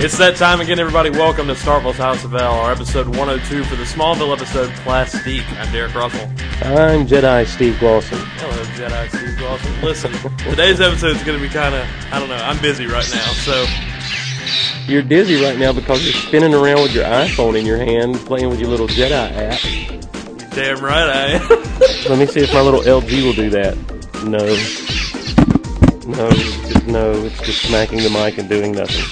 It's that time again, everybody. Welcome to Starville's House of L, our episode 102 for the Smallville episode Plastique. I'm Derek Russell. I'm Jedi Steve Glosson. Hello, Jedi Steve Glosson. Listen, today's episode is going to be kind of, I don't know, I'm busy right now, so You're dizzy right now because you're spinning around with your iPhone in your hand, playing with your little Jedi app. you're damn right I am. Let me see if my little LG will do that. No. No, it's just, no, it's just smacking the mic and doing nothing.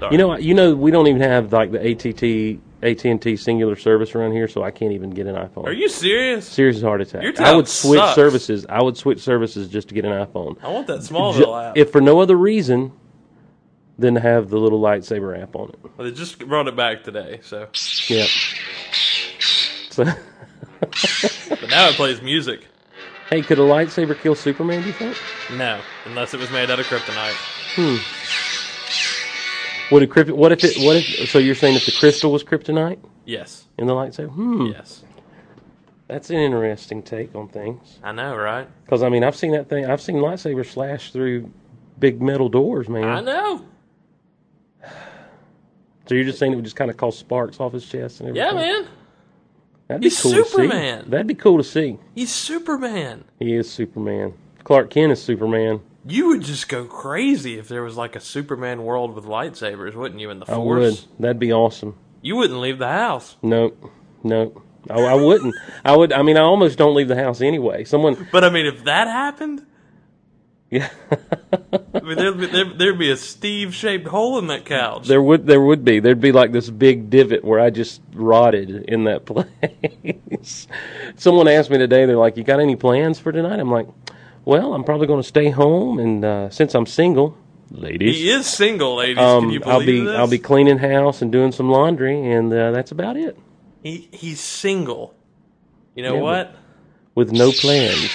Sorry. You know, what- you know, we don't even have like the ATT, AT&T singular service around here, so I can't even get an iPhone. Are you serious? serious heart attack? Your I town would switch sucks. services. I would switch services just to get an iPhone. I want that Ju- Smallville app. if for no other reason than to have the little lightsaber app on it. They just brought it back today, so. Yep. So, But now it plays music. hey, could a lightsaber kill Superman? Do you think? No, unless it was made out of kryptonite. Would a crypt- What if it? What if? So you're saying if the crystal was kryptonite Yes. in the lightsaber? Hmm. Yes. That's an interesting take on things. I know, right? Because I mean, I've seen that thing. I've seen lightsabers slash through big metal doors, man. I know. So you're just saying it would just kind of cause sparks off his chest and Yeah, everything. man. That'd be He's cool to see. Superman. That'd be cool to see. He's Superman. He is Superman. Clark Kent is Superman. You would just go crazy if there was like a Superman world with lightsabers, wouldn't you? In the I Force, would. That'd be awesome. you wouldn't leave the house. Nope. Nope. I, I wouldn't. I would. I mean, I almost don't leave the house anyway. Someone. But I mean, if that happened, Yeah. I mean, there'd be, there, there'd be a Steve-shaped hole in that couch. There would. There would be. There'd be like this big divot where I just rotted in that place. Someone asked me today. They're like, "You got any plans for tonight?" I'm like, "Well, I'm probably going to stay home, and uh, since I'm single, ladies, he is single, ladies. Can you um, believe I'll be this? I'll be cleaning house and doing some laundry, and uh, that's about it. He he's single. You know Yeah, what? with no plans.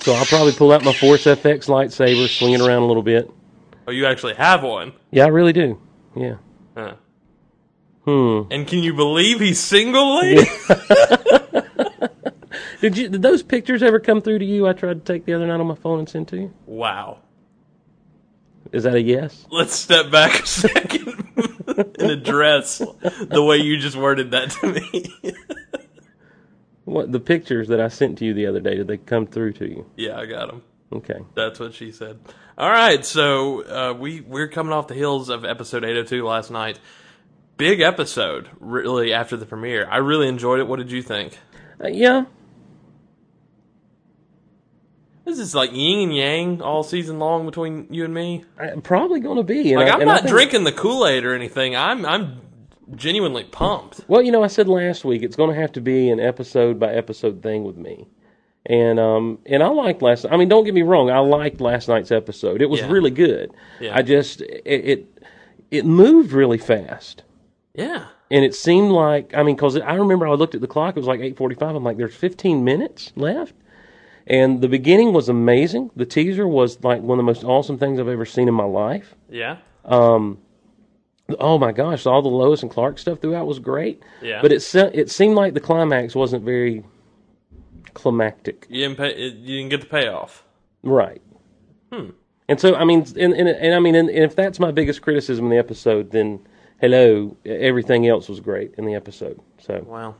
So I'll probably pull out my Force FX lightsaber, swing it around a little bit. Oh, you actually have one. Yeah, I really do. Yeah. Huh. Hmm. And can you believe he's single, ladies? Did you? Did those pictures ever come through to you? I tried to take the other night on my phone and send to you. Wow. Is that a yes? Let's step back a second and address the way you just worded that to me. What the pictures that I sent to you the other day? Did they come through to you? yeah, I got him. Okay. That's what she said. All right, so uh, we we're coming off the heels of episode 802 last night. Big episode, really after the premiere. I really enjoyed it. What did you think? Uh, yeah. This is like yin and yang all season long between you and me. I, probably going to be. And Like I- I'm and I not think- drinking the Kool Aid or anything. I'm I'm genuinely pumped. Well, you know, I said last week it's going to have to be an episode by episode thing with me, and um, and I liked last. I mean, don't get me wrong, I liked last night's episode. It was Yeah. really good. Yeah. I just it, it it moved really fast, Yeah, and it seemed like I mean, because I remember I looked at the clock. It was like eight forty-five. I'm like, there's fifteen minutes left. And the beginning was amazing. The teaser was like one of the most awesome things I've ever seen in my life yeah, oh my gosh, all the Lois and Clark stuff throughout was great. Yeah. But it se- it seemed like the climax wasn't very climactic. you didn't pay. You didn't get the payoff. Right. Hmm. And so I mean, and and, and I mean, and, and if that's my biggest criticism in the episode, then hello, everything else was great in the episode. So Wow.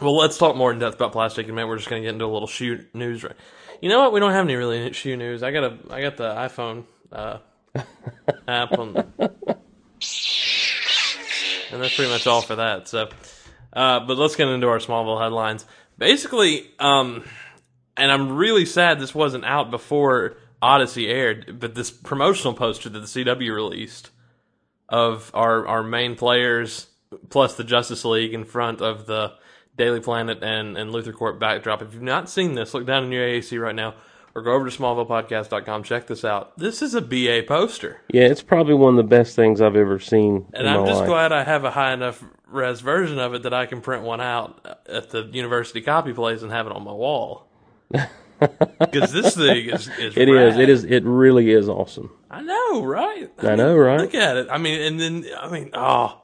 Well, let's talk more in depth about plastic in a minute. We're just going to get into a little shoe news. Right? You know what? We don't have any really shoe news. I got a, I got the iPhone uh, app on, and that's pretty much all for that. So, uh, but let's get into our Smallville headlines. Basically, um, and I'm really sad this wasn't out before Odyssey aired, but this promotional poster that the CW released of our our main players plus the Justice League in front of the Daily Planet and, and Luther Court backdrop. If you've not seen this, look down in your AAC right now or go over to smallvillepodcast.com. Check this out. This is a BA poster. yeah, it's probably one of the best things I've ever seen And in my I'm just life. glad I have a high enough res version of it that I can print one out at the university copy place and have it on my wall. Because this thing is, is It is. rad. It is. It really is awesome. I know, right? I know, right? Look at it. I mean, and then I mean, oh,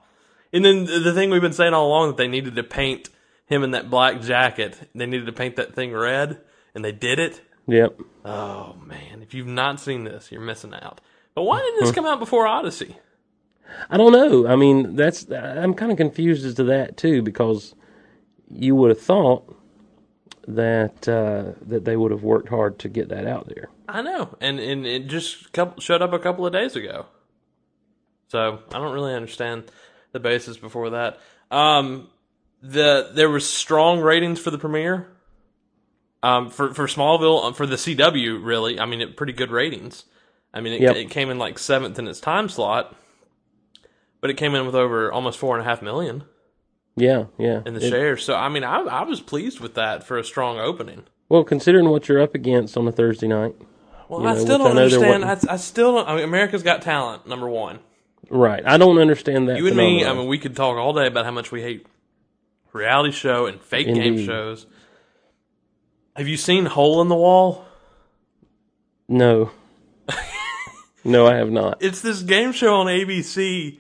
and then the the thing we've been saying all along that they needed to paint him in that black jacket. They needed to paint that thing red, and they did it. Yep. Oh man, if you've not seen this, you're missing out. But why didn't this come out before Odyssey? I don't know. I mean, that's I'm kind of confused as to that too because you would have thought that uh, that they would have worked hard to get that out there. I know, and and it just couple, shut up a couple of days ago. So I don't really understand the basis before that. Um, the there was strong ratings for the premiere. Um, for for Smallville um, for the CW really, I mean, it, pretty good ratings. I mean, it, Yep. it came in like seventh in its time slot, but it came in with over almost four and a half million Yeah, yeah. in the It- shares. So I mean, I I was pleased with that for a strong opening. well, considering what you're up against on a Thursday night, Well, You I know, still which I don't know there understand. I, I still don't. I mean, America's Got Talent, number one. right? I don't understand that. You and me. I phenomenon. mean, we could talk all day about how much we hate reality show and fake game Indeed. shows. Have you seen Hole in the Wall? no, no, I have not. It's this game show on ABC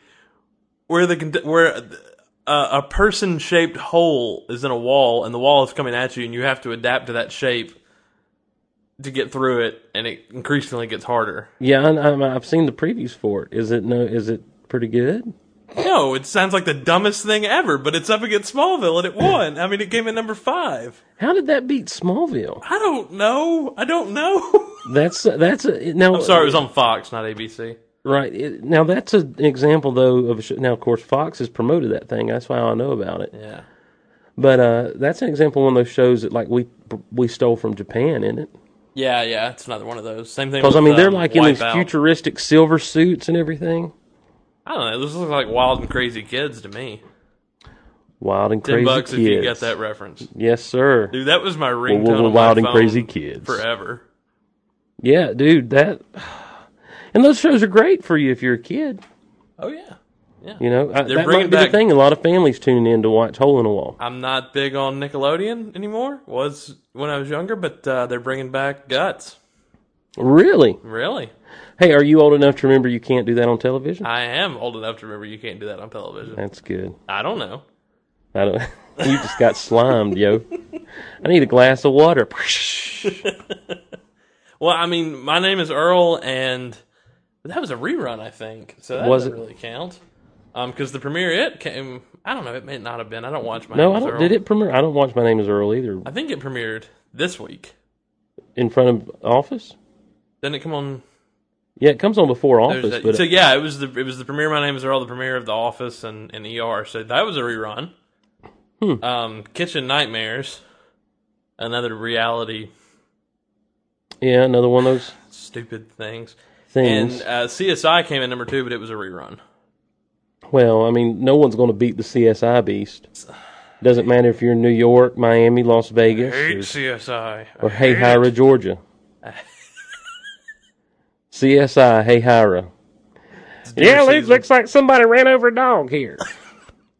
where the cont- where uh, a, a person shaped hole is in a wall, and the wall is coming at you, and you have to adapt to that shape to get through it, and it increasingly gets harder. Yeah, I, I, I've seen the previews for it. Is it no? Is it pretty good? No, it sounds like the dumbest thing ever, but it's up against Smallville and it won. I mean, it came in number five. How did that beat Smallville? I don't know. I don't know. That's that's a, now. I'm sorry, it was on Fox, not ABC. Right it, now, that's a, an example though of a sh- now. Of course, Fox has promoted that thing. That's why I know about it. Yeah. But uh, that's an example of one of those shows that like we we stole from Japan, isn't it? Yeah, yeah, it's another one of those. Same thing. Because I with, mean, they're um, like in these Wipeout. futuristic silver suits and everything. I don't know. This looks like Wild and Crazy Kids to me. Wild and Ten crazy bucks kids. if you get that reference, Yes, sir. dude. That was my Well, ringtone. well, well, on my wild and phone crazy kids. forever. Yeah, dude. That and those shows are great for you if you're a kid. Oh yeah. You know I, They're that bringing might be back- the thing. A lot of families tuning in to watch Hole in a Wall. I'm not big on Nickelodeon anymore. Was when I was younger, but uh, they're bringing back Guts. Really? Really? Hey, are you old enough to remember you can't do that on television? I am old enough to remember you can't do that on television. That's good. I don't know. I don't. you just got slimed, yo. I need a glass of water. Well, I mean, my name is Earl, and that was a rerun, I think. So that Was doesn't it? really count. Um, because the premiere it came. I don't know. It may not have been. I don't watch my. No, Name I is don't. Earl. Did it premiere? I don't watch My Name Is Earl either. I think it premiered this week. In front of Office. Didn't it come on? Yeah, it comes on before Office, Thursday? but so yeah, it was the it was the premiere. of My name is Earl. The premiere of The Office and, and ER. So that was a rerun. Hmm. Um, Kitchen Nightmares, another reality yeah, another one of those stupid things. things. And uh, CSI came in number two, but it was a rerun. well, I mean, no one's going to beat the CSI beast. Doesn't matter if you're in New York, Miami, Las Hate Vegas, CSI. or, or Hey Hira, Georgia. CSI, Hey Hira. Yeah, it looks like somebody ran over a dog here.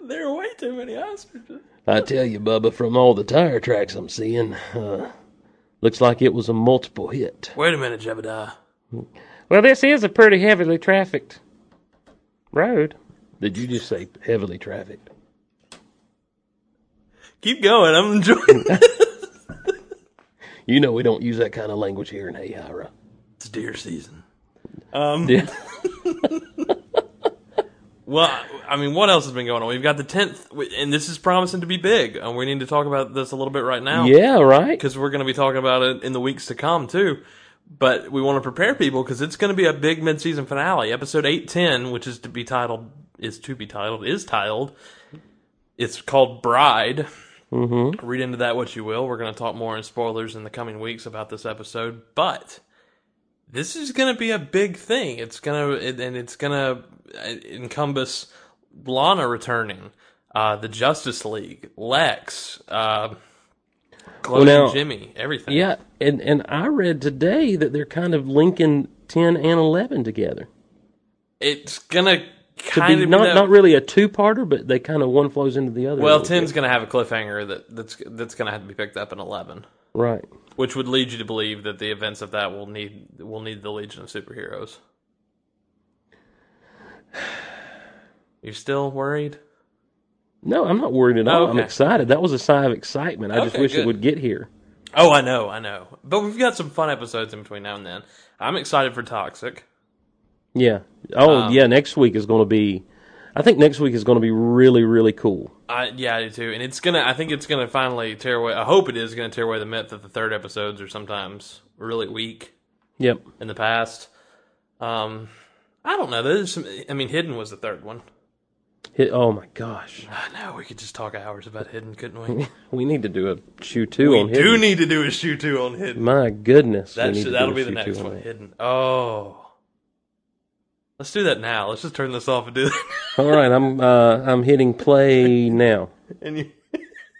There are way too many ostriches. I tell you, Bubba, from all the tire tracks I'm seeing, uh, looks like it was a multiple hit. Wait a minute, Jebediah. Well, this is a pretty heavily trafficked road. Did you just say heavily trafficked? Keep going. I'm enjoying this. You know we don't use that kind of language here in Hayara. It's deer season. Um, Yeah. well, I mean, what else has been going on? We've got the 10th, and this is promising to be big. And we need to talk about this a little bit right now. Yeah, right. Because we're going to be talking about it in the weeks to come, too. But we want to prepare people because it's going to be a big mid-season finale. Episode 810, which is to be titled, is to be titled, is titled, it's called Bride. Mm-hmm. Read into that what you will. We're going to talk more in spoilers in the coming weeks about this episode. But this is going to be a big thing. It's going to, and it's going to encompass Lana returning, uh, the Justice League, Lex, uh, Chloe, now- Jimmy, everything. Yeah, and and I read today that they're kind of linking ten and eleven together. It's going to To kind be of not be that- not really a two parter, but they kind of one flows into the other. a well, little bit. ten's going to have a cliffhanger that that's that's going to have to be picked up in eleven, right. which would lead you to believe that the events of that will need will need the Legion of Superheroes. You still worried? No, I'm not worried at all. I'm okay. excited. That was a sigh of excitement. I just Okay, wish good. it would get here. Oh, I know, I know. But we've got some fun episodes in between now and then. I'm excited for Toxic. Yeah. Oh, Um, yeah. Next week is going to be. I think next week is going to be really, really cool. I yeah, I do too. And it's gonna. I think it's gonna finally tear away. I hope it is gonna tear away the myth that the third episodes are sometimes really weak Yep. in the past. Um, I don't know. There's some. I mean, Hidden was the third one. Hit, oh my gosh, I know. We could just talk hours about Hidden, couldn't we? we need to do a shoe two we on do hidden. need to do a shoe two on Hidden. my goodness, we That need to should, do that'll a be the shoe next two on one. that. Hidden. Oh, let's do that now. Let's just turn this off and do that. All right, I'm uh, I'm hitting play now. and you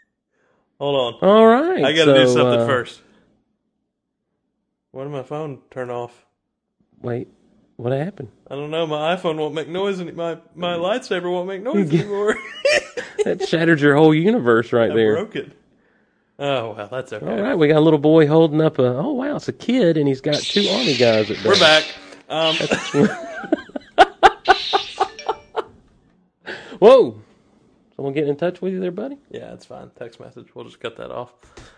hold on. All right, I got to do so, something uh, first. Why did my phone turn off? Wait, what happened? I don't know. My iPhone won't make noise, and my Mm. my lightsaber won't make noise anymore. That shattered your whole universe right I there. broke it. Oh well, that's okay. All right, we got a little boy holding up a. Oh wow, it's a kid, and he's got two army guys at We're back. Um, Whoa, someone getting in touch with you there, buddy? yeah, it's fine. Text message. We'll just cut that off.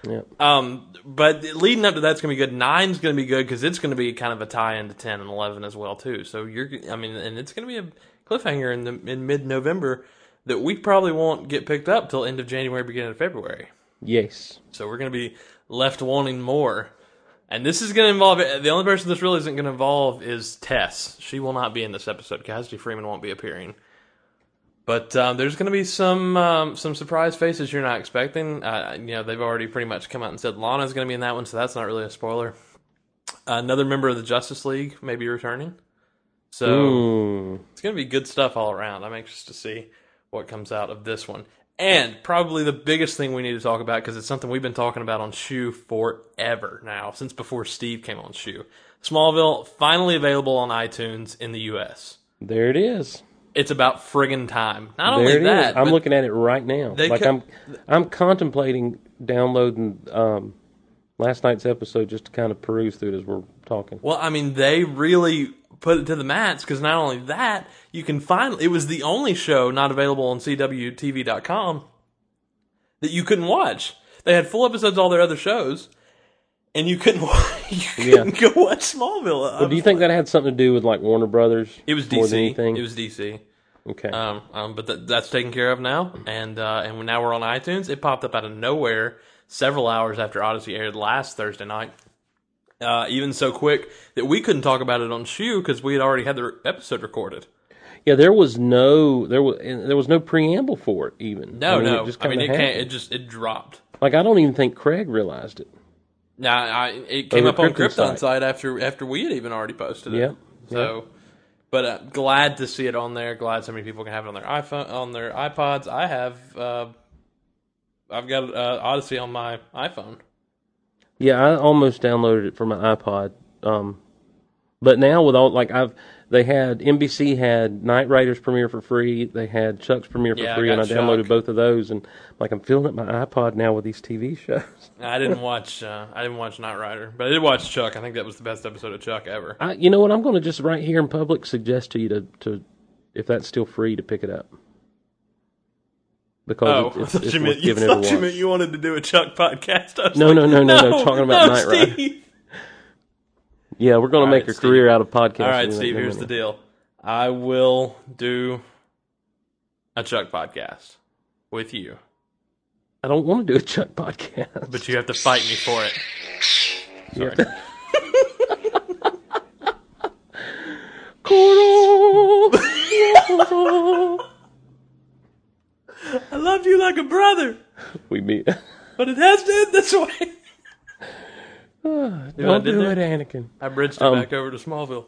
Yeah. Um, but leading up to that's gonna be good. Nine's gonna be good because it's gonna be kind of a tie into ten and eleven as well too. So you're, I mean, and it's gonna be a cliffhanger in the in mid November that we probably won't get picked up till end of January, beginning of February. Yes. So we're gonna be left wanting more. And this is gonna involve the only person this really isn't gonna involve is Tess. She will not be in this episode. Cassidy Freeman won't be appearing. But um, there's going to be some um, some surprise faces you're not expecting. Uh, you know they've already pretty much come out and said Lana's going to be in that one, so that's not really a spoiler. Another member of the Justice League may be returning, so Mm. it's going to be good stuff all around. I'm anxious to see what comes out of this one. And probably the biggest thing we need to talk about because it's something we've been talking about on Shoe forever now, since before Steve came on Shoe. Smallville finally available on iTunes in the U.S. There it is. It's about friggin' time. Not There it only is. that, I'm but- looking at it right now. They Like co- I'm, I'm contemplating downloading um, last night's episode just to kind of peruse through it as we're talking. Well, I mean, they really put it to the mats because not only that, you can find it was the only show not available on CWTV.com that you couldn't watch. They had full episodes of all their other shows, and you couldn't wa- you couldn't go watch Smallville. I Do you was- think that had something to do with like Warner Brothers? it was more than DC? anything? It was DC. okay. Um, um, but that that's taken care of now, and uh, and now we're on iTunes. It popped up out of nowhere several hours after Odyssey aired last Thursday night. Uh, even so quick that we couldn't talk about it on Shoe because we had already had the re- episode recorded. yeah, there was no there was and there was no preamble for it even. No, I mean, no, It just I mean it kinda can't. It happened. just it dropped. like I don't even think Craig realized it. Now I, it came were up on Krypton Krypton site. site after after we had even already posted it. Yeah, So, but uh, glad to see it on there. Glad so many people can have it on their iPhone, on their iPods. I have, uh, I've got uh, Odyssey on my iPhone. Yeah, I almost downloaded it for my iPod. Um, but now with all like I've they had NBC had Night Raiders premiere for free. They had Chuck's premiere for Yeah, I free, and I got downloaded Chuck. both of those. And like I'm filling up my iPod now with these TV shows. I didn't watch. Uh, I didn't watch Knight Rider, but I did watch Chuck. I think that was the best episode of Chuck ever. I, you know what? I'm going to just right here in public suggest to you to, to if that's still free to pick it up Oh, because I it's, thought it's Oh, you meant worth you giving it a thought watch. you meant you wanted to do a Chuck podcast. I was No, like, no, no, no, no, talking about Knight Rider. Steve. yeah, we're All going to make right, a Steve. career out of podcasting. All right, Steve. Here's the deal. I will do a Chuck podcast with you, I don't want to do a Chuck podcast. but you have to fight me for it. Sorry. I love you like a brother, we meet. but it has to end this way. what I Don't did do there? it, Anakin. I bridged it back over to Smallville.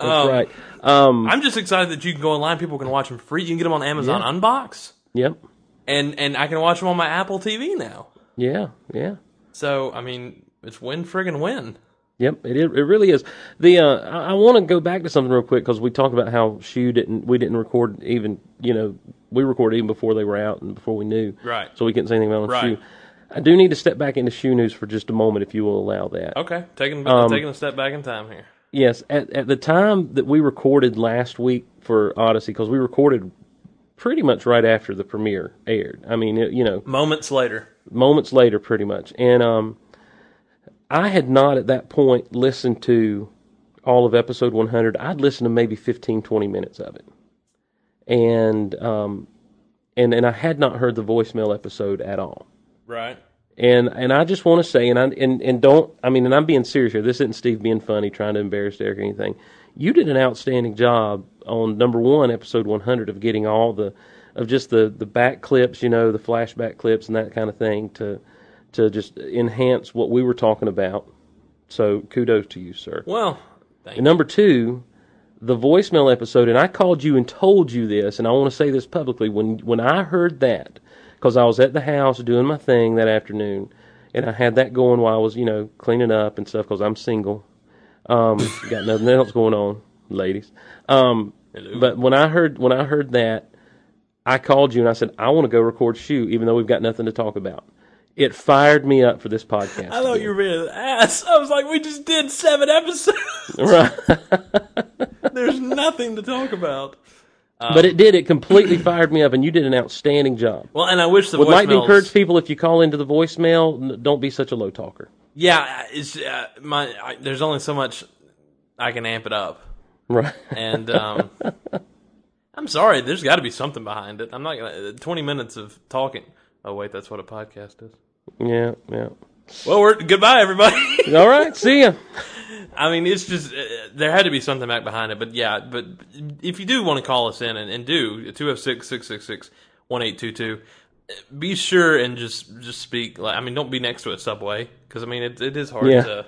Um, That's Um, right. Um, I'm just excited that you can go online. People can watch them free. You can get them on Amazon Unbox, yep. and and I can watch them on my Apple TV now. Yeah. Yeah. So I mean, it's win friggin' win. Yep, it it really is. The uh, I, I want to go back to something real quick because we talked about how Shoe didn't we didn't record even you know we recorded even before they were out and before we knew Right. so we couldn't say anything about Right. Shoe. I do need to step back into Shoe news for just a moment if you will allow that. Okay, taking taking a step back in time here. Yes, at at the time that we recorded last week for Odyssey because we recorded pretty much right after the premiere aired. I mean, it, you know, Moments later, moments later, pretty much. And um, I had not at that point listened to all of episode 100. I'd listened to maybe 15, 20 minutes of it. And, um, and, and I had not heard the voicemail episode at all. Right. And, and I just want to say, and I, and, and don't, I mean, and I'm being serious here. This isn't Steve being funny, trying to embarrass Derek or anything. You did an outstanding job on number one, episode 100 of getting all the, of just the, the back clips, you know, the flashback clips and that kind of thing to, to just enhance what we were talking about. So kudos to you, sir. Well, thank And number two, the voicemail episode, and I called you and told you this, and I want to say this publicly. When when I heard that, because I was at the house doing my thing that afternoon, and I had that going while I was you know cleaning up and stuff because I'm single, um, got nothing else going on, ladies. Um, Hello. but when I heard when I heard that, I called you and I said I want to go record shoot, even though we've got nothing to talk about. It fired me up for this podcast. I thought again. you were being an ass. I was like, we just did seven episodes. right. There's nothing to talk about. but it did. It completely fired me up, and you did an outstanding job. Well, and I wish the Would like to voicemails- encourage people if you call into the voicemail, n- don't be such a low talker. Yeah, it's uh, my. I, there's only so much I can amp it up, Right. and um, I'm sorry. There's got to be something behind it. I'm not gonna 20 minutes of talking. Oh wait, that's what a podcast is. Yeah, yeah. Well, we're goodbye, everybody. All right, see ya. I mean, it's just uh, there had to be something back behind it, but yeah. But if you do want to call us in and, and do 206-666-1822, uh, be sure and just just speak. Like, I mean, don't be next to a subway because I mean, it it is hard Yeah. to.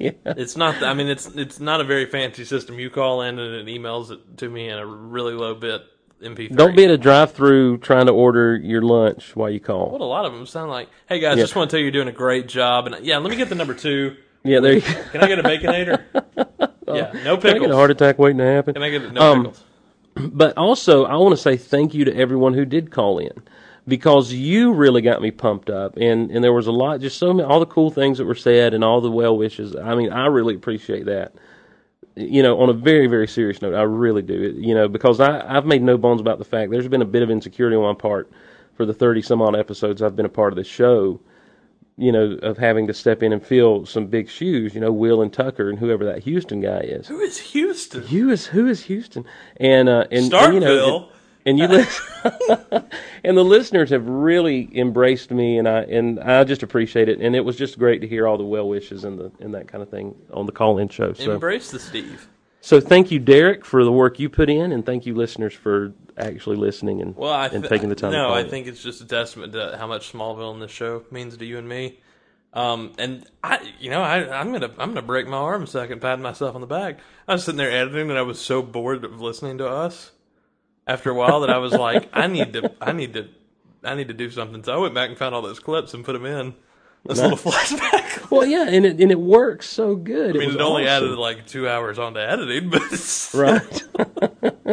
yeah. It's not. I mean, it's it's not a very fancy system. You call in and it emails it to me in a really low bit MP3. Don't be at a drive through trying to order your lunch while you call. What a lot of them sound like. Hey guys, just want to tell you you're doing a great job. And yeah, let me get the number two. Yeah, there you go. Can I get a baconator? yeah, no I get a pickles. heart attack waiting to happen. Can I get no Um, pickles? But also, I want to say thank you to everyone who did call in because you really got me pumped up, and and there was a lot, just so many, all the cool things that were said, and all the well wishes. I mean, I really appreciate that. You know, on a very very serious note, I really do. It- You know, because I I've made no bones about the fact there's been a bit of insecurity on my part for the thirty some odd episodes I've been a part of this show. You know, of having to step in and fill some big shoes. You know, Will and Tucker and whoever that Houston guy is. Who is Houston? Who is who is Houston? And uh, and, and, you know, Starkville. and, and you lis- and the listeners have really embraced me, and I and I just appreciate it. And it was just great to hear all the well wishes and the and that kind of thing on the call in show. So Embrace the Steve. so thank you, Derek, for the work you put in, and thank you, listeners, for actually listening and Well, I and th- taking the time. to No, call I in. think it's just a testament to how much Smallville and this show means to you and me. Um, and I, you know, I, I'm gonna, I'm gonna break my arm a second, patting myself on the back. I was sitting there editing, and I was so bored of listening to us. After a while, that I was like, I need to, I need to, I need to do something. So I went back and found all those clips and put them in this little flashback. Well, yeah, and it and it works so good. I mean, was it only awesome. added like two hours onto editing, but it's right.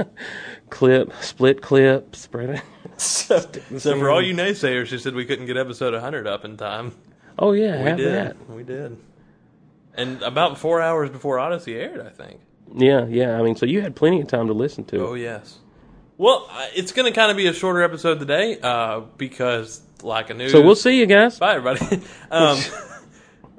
clip, split clip, spread it. so, so for all you naysayers who said we couldn't get episode 100 up in time, Oh yeah, We have did. that. We did. And about four hours before Odyssey aired, I think. Yeah, yeah. I mean, so you had plenty of time to listen to it. Oh yes. Well, I- it's going to kind of be a shorter episode today uh, because, like I knew. So we'll see you guys. Bye, everybody. um,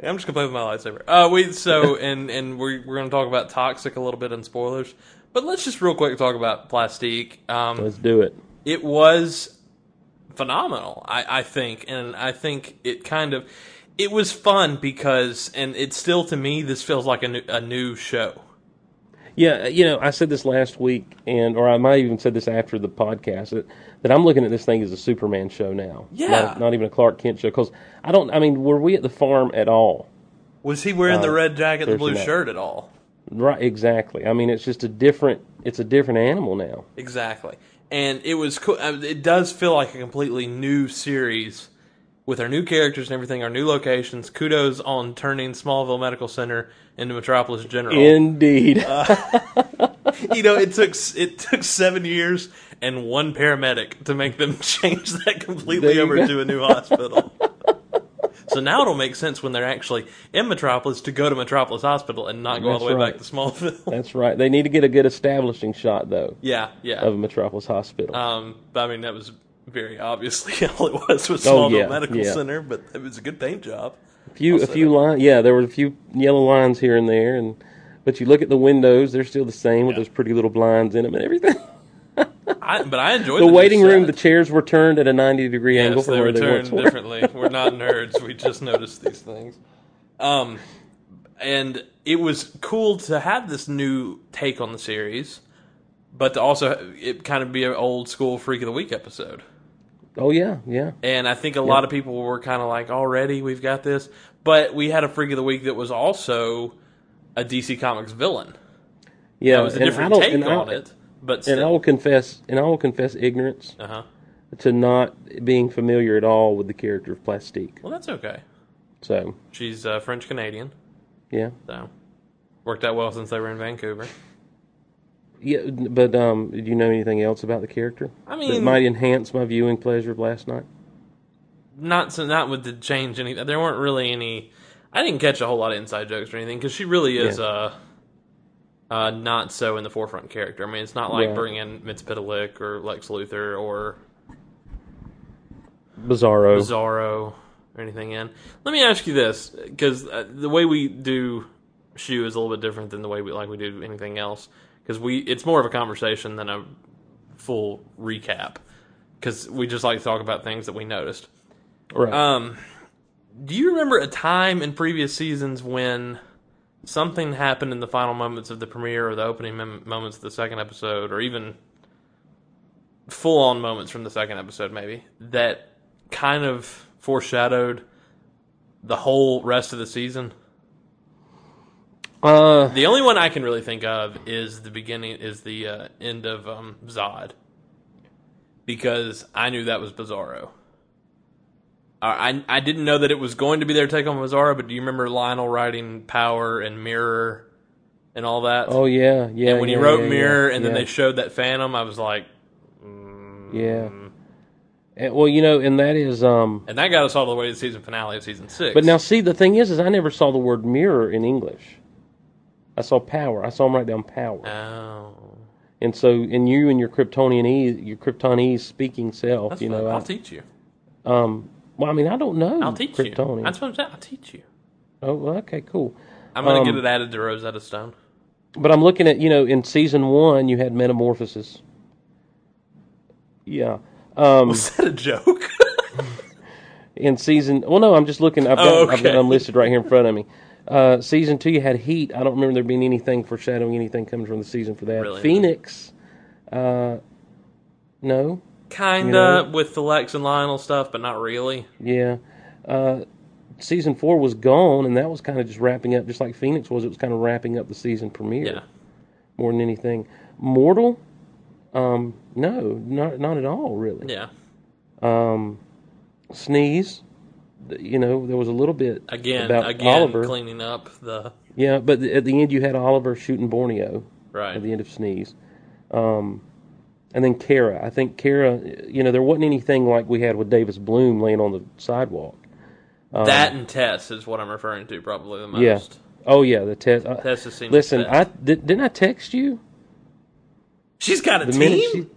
I'm just gonna play with my lightsaber. Uh, we so and and we're we're gonna talk about toxic a little bit and spoilers, but let's just real quick talk about plastique. Um, Let's do it. it was phenomenal I, I think and i think it kind of it was fun because and it's still to me this feels like a new, a new show Yeah, you know, I said this last week, and or I might even said this after the podcast that, that I'm looking at this thing as a Superman show now. Yeah. not, not even a Clark Kent show because I don't. I mean, were we at the farm at all? was he wearing the red jacket and the there's blue that. shirt at all Right, exactly. I mean, it's just a different. It's a different animal now. exactly and it was cool I mean, it does feel like a completely new series with our new characters and everything our new locations kudos on turning smallville medical center into metropolis general Indeed. Uh. you know, it took it took seven years and one paramedic to make them change that There completely you over go. to a new hospital. so now it'll make sense when they're actually in Metropolis to go to Metropolis Hospital and not go all the way That's back to Smallville. That's right. They need to get a good establishing shot though yeah, yeah. of a Metropolis hospital. um, but I mean, that was very obviously all it was with Oh, Smallville yeah, Medical yeah. Center, but it was a good paint job. few a set few lines. Yeah, there were a few yellow lines here and there, and but you look at the windows; they're still the same with Yeah. those pretty little blinds in them and everything. I, but I enjoyed The new waiting room, set. the chairs were turned at a ninety degree angle Yes, from they where were they turned once were. differently. We're not nerds. We just noticed these things. Um, and it was cool to have this new take on the series, but to also it kind of be an old school freak of the week episode. Oh yeah, yeah. And I think a lot of people were kind of like, "Already, we've got this." But we had a freak of the week that was also a DC Comics villain. Yeah, It was a and I different don't- take and I- on it, but And I still, will confess, and I will confess ignorance uh huh. to not being familiar at all with the character of Plastique. Well, that's okay. So, She's uh, French Canadian, yeah, so worked out well since they were in Vancouver. yeah. But um, do you know anything else about the character? I that mean, might enhance my viewing pleasure of last night. not so not with the change any there weren't really any i didn't catch a whole lot of inside jokes or anything because she really is Yeah. uh uh not so in the forefront character i mean it's not like Right. bringing in mitz Pitalik or lex luthor or Bizarro. bizarro or anything in let me ask you this because uh, the way we do shoe is a little bit different than the way we like we do anything else because we it's more of a conversation than a full recap because we just like to talk about things that we noticed Right. Um, do you remember a time in previous seasons when something happened in the final moments of the premiere or the opening mom- moments of the second episode or even full on moments from the second episode, maybe, that kind of foreshadowed the whole rest of the season? uh, The only one I can really think of is the beginning, is the uh, end of um, Zod, because I knew that was Bizarro. I I I didn't know that it was going to be their take on Bizarro, but do you remember Lionel writing Power and Mirror and all that? oh yeah, yeah. and when he yeah, wrote yeah, Mirror, yeah, and yeah, then they showed that Phantom, I was like, yeah. And, well, you know, and that is um. and that got us all the way to the season finale of season six. But now, see, the thing is, is I never saw the word mirror in English. I saw power. I saw him write down power. oh, And so, and you and your Kryptonian e, your Kryptonese speaking self, that's you fine. know, I'll I, teach you. um, well, I mean, I don't know I'll teach you. Kryptonian. That's what I'm saying. I'll teach you. Oh, well, okay, cool. I'm gonna Um, get it added to Rosetta Stone. But I'm looking at, you know, in season one, you had metamorphosis. Yeah. Um, Is that a joke? in season, well, no, I'm just looking. I've got, Oh, I've got okay. them listed right here in front of me. Uh, season two, you had Heat. I don't remember there being anything foreshadowing anything coming from the season for that. Really? Phoenix. Uh, no. Kinda You know? with the Lex and Lionel stuff, but not really. Yeah. Uh, season four was gone, and that was kind of just wrapping up, just like Phoenix was. It was kind of wrapping up the season premiere Yeah. more than anything. Mortal? Um, no, not not at all, really. Yeah. Um, sneeze. th- You know, there was a little bit Again, about again, Oliver. cleaning up the Yeah, but th- at the end, you had Oliver shooting Borneo right. at the end of Sneeze. Um, and then Kara. I think Kara, you know, there wasn't anything like we had with Davis Bloom laying on the sidewalk. that and Tess is what I'm referring to probably the most. um, Yeah. Oh, yeah, the test. I- Tess has seen. Listen, Tess. I di- didn't I text you she's got a the team.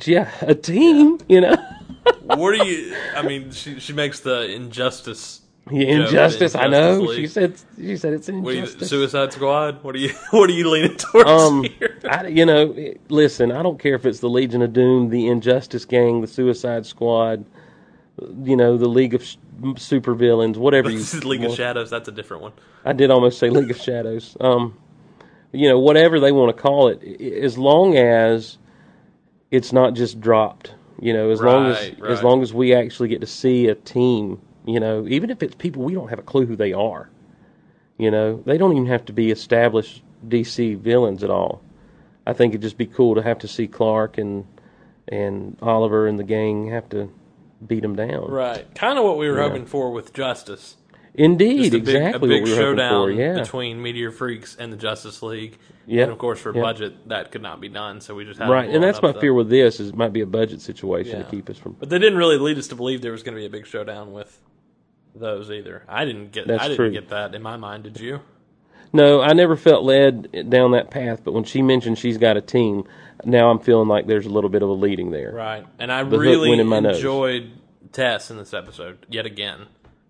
she, yeah, a team, you know, what do you? I mean, she she makes the injustice. yeah, joke, injustice. I know. Injustice She League. said she said it's What do you, injustice. Suicide Squad. What are you? What are you leaning towards um, here? I, you know, it- listen, I don't care if it's the Legion of Doom, the Injustice Gang, the Suicide Squad, you know, the League of Sh- Supervillains, whatever you. This is League of want. Shadows. That's a different one. I did almost say League of Shadows. Um, you know, whatever they want to call it, i- as long as it's not just dropped. You know, as long as Right, as right. long as we actually get to see a team. You know, even if it's people we don't have a clue who they are. You know, they don't even have to be established DC villains at all. I think it'd just be cool to have to see Clark and and Oliver and the gang have to beat them down. Right. Kind of what we were hoping for with Justice. Indeed, Just a big, a exactly big what we were showdown hoping for. Yeah. between Meteor Freaks and the Justice League. Yeah. And of course, for Yeah. budget, that could not be done, so we just had right them and blowing that's up my the- fear with this is it might be a budget situation Yeah. to keep us from But they didn't really lead us to believe there was going to be a big showdown with those either. I didn't get. That's I didn't true. get that in my mind. Did you? no i never felt led down that path but when she mentioned she's got a team now i'm feeling like there's a little bit of a leading there Right. And I hook really went in my nose. enjoyed Tess in this episode yet again.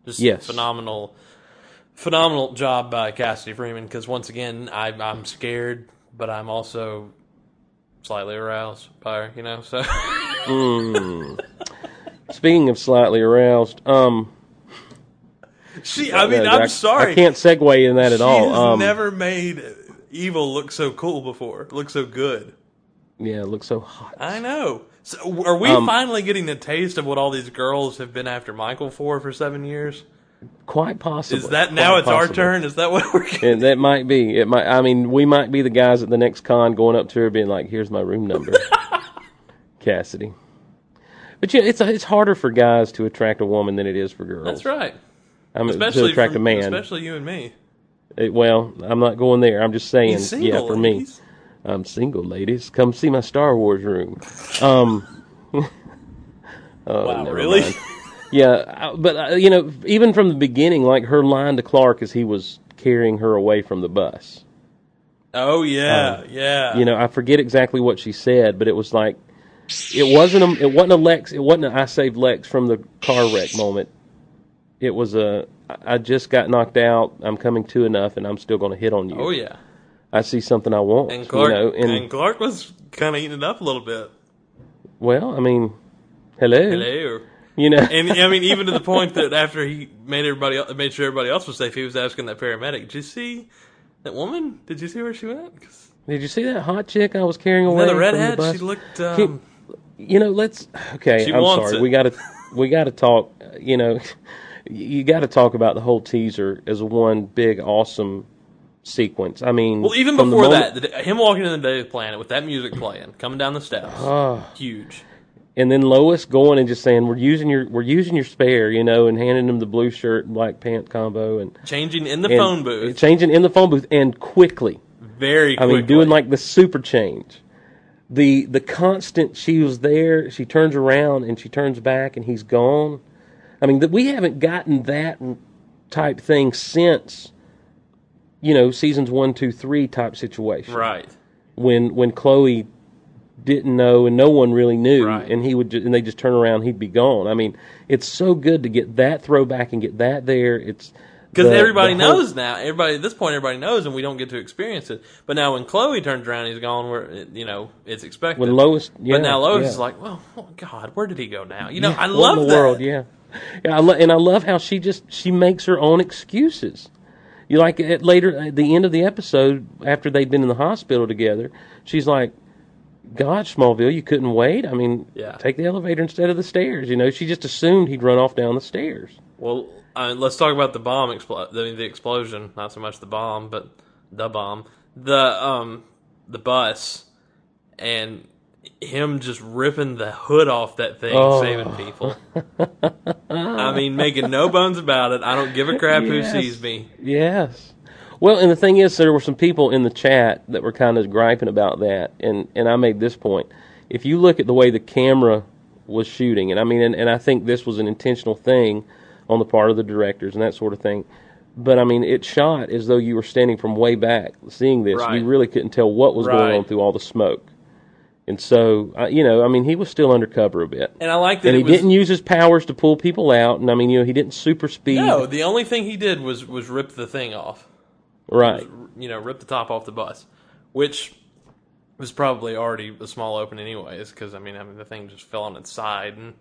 Just Yes. phenomenal. phenomenal job by Cassidy Freeman because once again, I, I'm scared, but I'm also slightly aroused by her, you know. So Speaking of slightly aroused, um, she, I mean, yeah, I'm I- sorry, I can't segue in that at she all. has Um, never made evil look so cool before, look so good. yeah, it looks so hot. I know. So are we Um, finally getting the taste of what all these girls have been after Michael for for seven years? Quite possibly. Is that now Quite it's our possibly. turn? Is that what we're getting? And that might be. It might. I mean, we might be the guys at the next con going up to her, being like, "Here's my room number, Cassidy." But you know, it's it's harder for guys to attract a woman than it is for girls. That's right. I mean, Especially to attract from- a man. Especially you and me. It- well, I'm not going there. I'm just saying, He's single. yeah, for me, He's- I'm single, ladies. Come see my Star Wars room. Um, oh, wow, never really? mind. Yeah, I- but uh, you know, even from the beginning, like her line to Clark as he was carrying her away from the bus. oh yeah, yeah. Um, you know, I forget exactly what she said, but it was like it wasn't a it wasn't a Lex, it wasn't a I saved Lex from the car wreck moment. It was a I I just got knocked out. I'm coming to enough, and I'm still going to hit on you. Oh yeah. I see something I want. And Clark you know, and, and Clark was kind of eating it up a little bit. well, I mean, hello, Hello. you know, And I mean, even to the point that after he made everybody, el- made sure everybody else was safe, he was asking that paramedic, "Did you see that woman? Did you see where she went?" 'Cause did you see that hot chick I was carrying away? Another from the redhead. bus? She looked. Um, you know, let's okay. She I'm wants sorry. it. We gotta we gotta talk. uh, You know, you gotta talk about the whole teaser as one big awesome sequence. I mean, well, even from the before moment- that, the, day- him walking in the Daily Planet with that music playing, coming down the steps, Ah. huge. and then Lois going and just saying, "We're using your we're using your spare," you know, and handing him the blue shirt and black pant combo and, Changing in the and phone booth changing in the phone booth and quickly. very I quickly. mean, doing like the super change. The the constant she was there, she turns around and she turns back and he's gone. I mean, that we haven't gotten that type thing since you know seasons one, two, three type situation right. when when Chloe didn't know and no one really knew Right. and he would ju- and they just turn around he'd be gone i mean it's so good to get that throwback and get that there it's Because the- everybody the whole- knows now. Everybody at this point, everybody knows, and we don't get to experience it. But now, when Chloe turns around, he's gone. Where you know it's expected. when lois yeah, but now Lois yeah. is like, "Well, oh God, where did he go now?" You know, Yeah, I what love in the that. world. Yeah, yeah, I lo- and I love how she just she makes her own excuses. You like at later at the end of the episode after they've been in the hospital together, she's like, "God, Smallville, you couldn't wait. I mean, Yeah. take the elevator instead of the stairs." You know, she just assumed he'd run off down the stairs. Well, uh, let's talk about the bomb explosion. I mean, the explosion, not so much the bomb, but the bomb, the um, the bus, and him just ripping the hood off that thing, Oh. saving people. I mean, making no bones about it. I don't give a crap Yes. who sees me. Yes. Well, and the thing is, there were some people in the chat that were kind of griping about that, and and I made this point. If you look at the way the camera was shooting, and I mean, and, and I think this was an intentional thing on the part of the directors and that sort of thing. But I mean, it shot as though you were standing from way back, seeing this. Right. You really couldn't tell what was Right. going on through all the smoke. And so, I you know, I mean, he was still undercover a bit, And I like that and it he was, didn't use his powers to pull people out. And I mean, you know, he didn't super speed. No, the only thing he did was was rip the thing off. right. you know, rip the top off the bus, which was probably already a small open anyways, because I mean, I mean, the thing just fell on its side and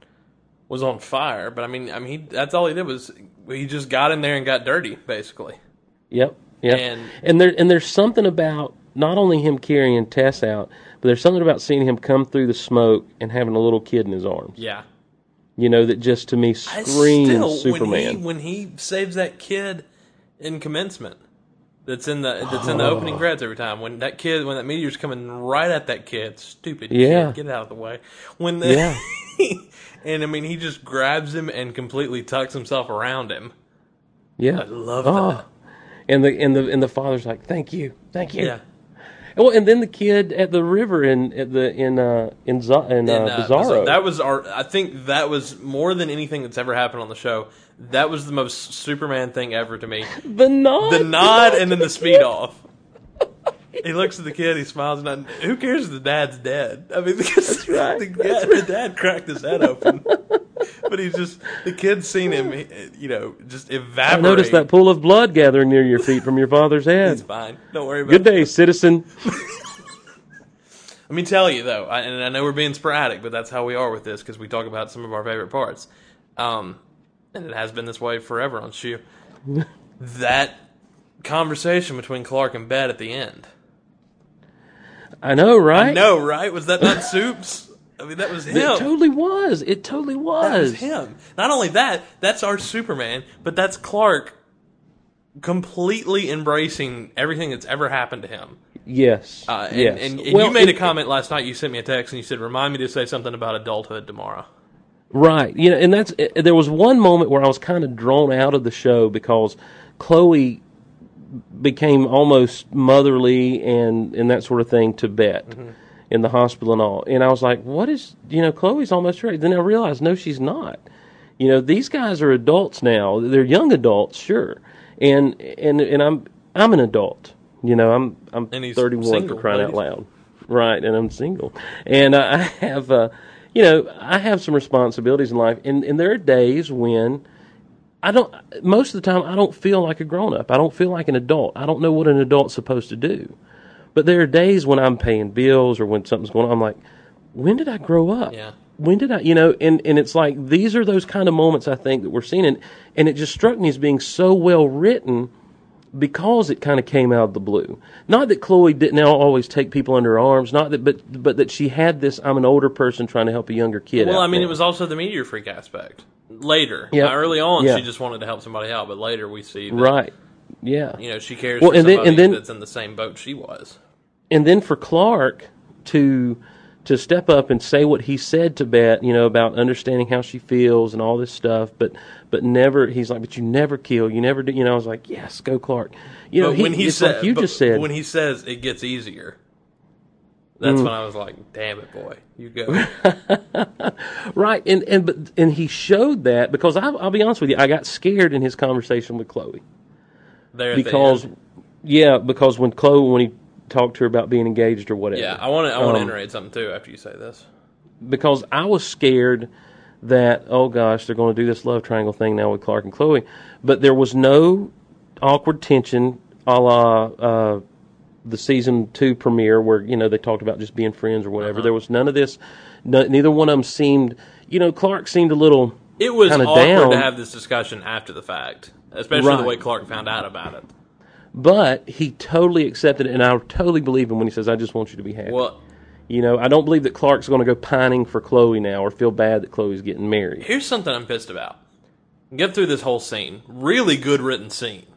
was on fire. But I mean, I mean, he, that's all he did was he just got in there and got dirty, basically. Yep. Yep. And- And, there and there's something about not only him carrying Tess out, but there's something about seeing him come through the smoke and having a little kid in his arms. Yeah, You know that just to me I screams still, Superman. When he, when he saves that kid in commencement, that's in the that's in the opening credits every time. When that kid, when that meteor's coming right at that kid, stupid Yeah. kid, get out of the way. When the and I mean, he just grabs him and completely tucks himself around him. yeah, Ah. I love that. And the and the and the father's like, "Thank you, thank you." Yeah. Well, and then the kid at the river in at the in uh in, Z- in, uh, And, uh, Bizarro. That was our. I think that was more than anything that's ever happened on the show. That was the most Superman thing ever to me. the nod, The nod and then to the speed off. He looks at the kid. He smiles. And I, who cares? if The dad's dead. I mean, because right, the, yeah, the dad cracked his head open. but he's just the kid's seen him, he- you know, just evaporate. I noticed that pool of blood gathering near your feet from your father's He's head. fine. Don't worry about Good it. day, citizen. Let me tell you though, I, and I know we're being sporadic, but that's how we are with this because we talk about some of our favorite parts, um, and it has been this way forever on Shoe. that conversation between Clark and Bed at the end. I know, right? No, right? Was that not Soups? I mean, that was him. It totally was. It totally That was was. him. Not only that, that's our Superman, but that's Clark completely embracing everything that's ever happened to him. Yes. Uh, and yes. and, and Well, you made it- a comment last night. You sent me a text and you said, "Remind me to say something about adulthood tomorrow." Right. You know, and that's eh, there was one moment where I was kind of drawn out of the show because Chloe became almost motherly and and that sort of thing to Bet Mm-hmm. in the hospital and all. And I was like, what is you know, Chloe's almost ready. Then I realized no she's not. You know, these guys are adults now. They're young adults, sure. And and and I'm I'm an adult. You know, I'm I'm And he's 31 single, for crying out ladies. loud loud. Right, and I'm single, and uh, I have, uh, you know, I have some responsibilities in life, and, and there are days when I don't. Most of the time, I don't feel like a grown up. I don't feel like an adult. I don't know what an adult's supposed to do. But there are days when I'm paying bills or when something's going on. I'm like, when did I grow up? Yeah. When did I, you know, and, and it's like these are those kind of moments I think that we're seeing. And, and it just struck me as being so well written because it kind of came out of the blue. Not that Chloe didn't al- always take people under her arms, not that, but, but that she had this I'm an older person trying to help a younger kid. Well, out I mean, thing. it was also the meteor freak aspect. Later, Yeah. Now, early on, Yeah. she just wanted to help somebody out, but later we see that, Right. Yeah. You know, she cares Well, for and then- somebody and then- that's in the same boat she was. and then for Clark to to step up and say what he said to Bet, you know, about understanding how she feels and all this stuff, but but never he's like, but you never kill, you never do, you know. I was like, yes, go Clark. You know, but he, when he it's said, like you but just said, when he says it gets easier, that's when I was like, "Damn it, boy, you go." right? And and but and he showed that because I, I'll be honest with you, I got scared in his conversation with Chloe. There at the because end. yeah because when chloe when he talked to her about being engaged or whatever yeah, I want to I want to Um, iterate something too after you say this. because i was scared that oh gosh they're going to do this love triangle thing now with clark and chloe but there was no awkward tension a la uh, the season two premiere where you know they talked about just being friends or whatever Uh-huh. there was none of this no, neither one of them seemed you know clark seemed a little It was kinda awkward to down. have this discussion after the fact, especially the Right. way Clark found out about it. but he totally accepted it and i totally believe him when he says i just want you to be happy Well, You know, I don't believe that Clark's going to go pining for Chloe now or feel bad that Chloe's getting married. here's something I'm pissed about. Get through this whole scene. Really good written scene.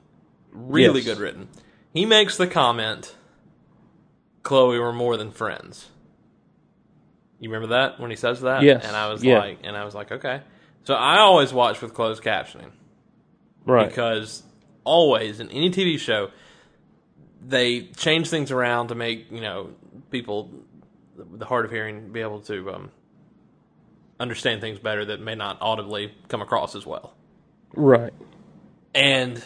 Really Yes. good written. He makes the comment, Chloe, we're more than friends. You remember that when he says that? Yes, And I was yeah. like and I was like, okay. So I always watch with closed captioning Right. because always in any TV show they change things around to make you know people with the hard of hearing be able to um, understand things better that may not audibly come across as well. right. And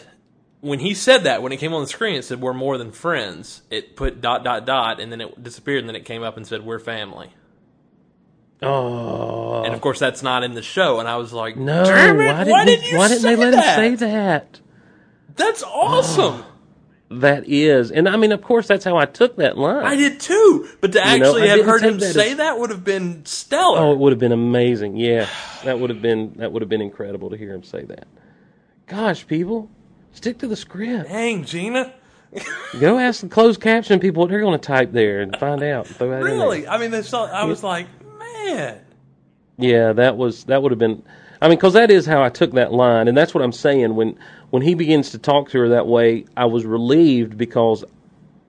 when he said that, when it came on the screen, it said we're more than friends. It put dot dot dot, and then it disappeared, and then it came up and said we're family. Oh. And of course, that's not in the show. And I was like, No. Damn it, why didn't, why he- didn't you why didn't say they let that? him say Oh. that? That's awesome. That is. And I mean, of course, that's how I took that line. I did too, but to know, actually I have didn't heard take him that say as- that would have been stellar. Oh, it would have been amazing. Yes. That would have been that would have been incredible to hear him say that. Gosh, people, stick to the script. Dang, Gina. Go ask the closed caption people what they're going to type there and find out. Throw that in there. Really? I mean, they saw, I was like, man. Yeah, that was that would have been. I mean, because that is how I took that line, and that's what I'm saying. When when he begins to talk to her that way, I was relieved because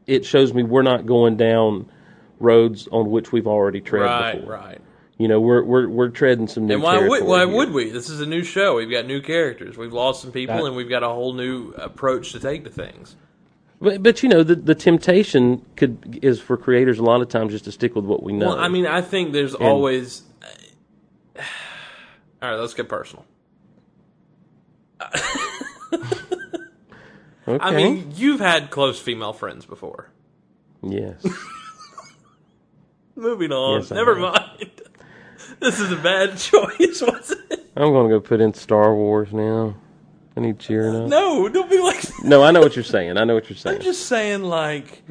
it shows me we're not going down roads on which we've already tread Right, before. right. You know, we're we're we're treading some new And why would territory. why here. would we? This is a new show. We've got new characters. We've lost some people, That- and we've got a whole new approach to take to things. But, but you know, the the temptation could is for creators a lot of times just to stick with what we know. Well, I mean, I think there's always. All right, let's get personal. okay. I mean, you've had close female friends before. yes, Moving on. Yes, I Never have. mind. This is a bad choice, wasn't it? I'm gonna go put in Star Wars now. I need cheering up. Uh, No, don't be like. No, I know what you're saying. I know what you're saying. I'm just saying, like,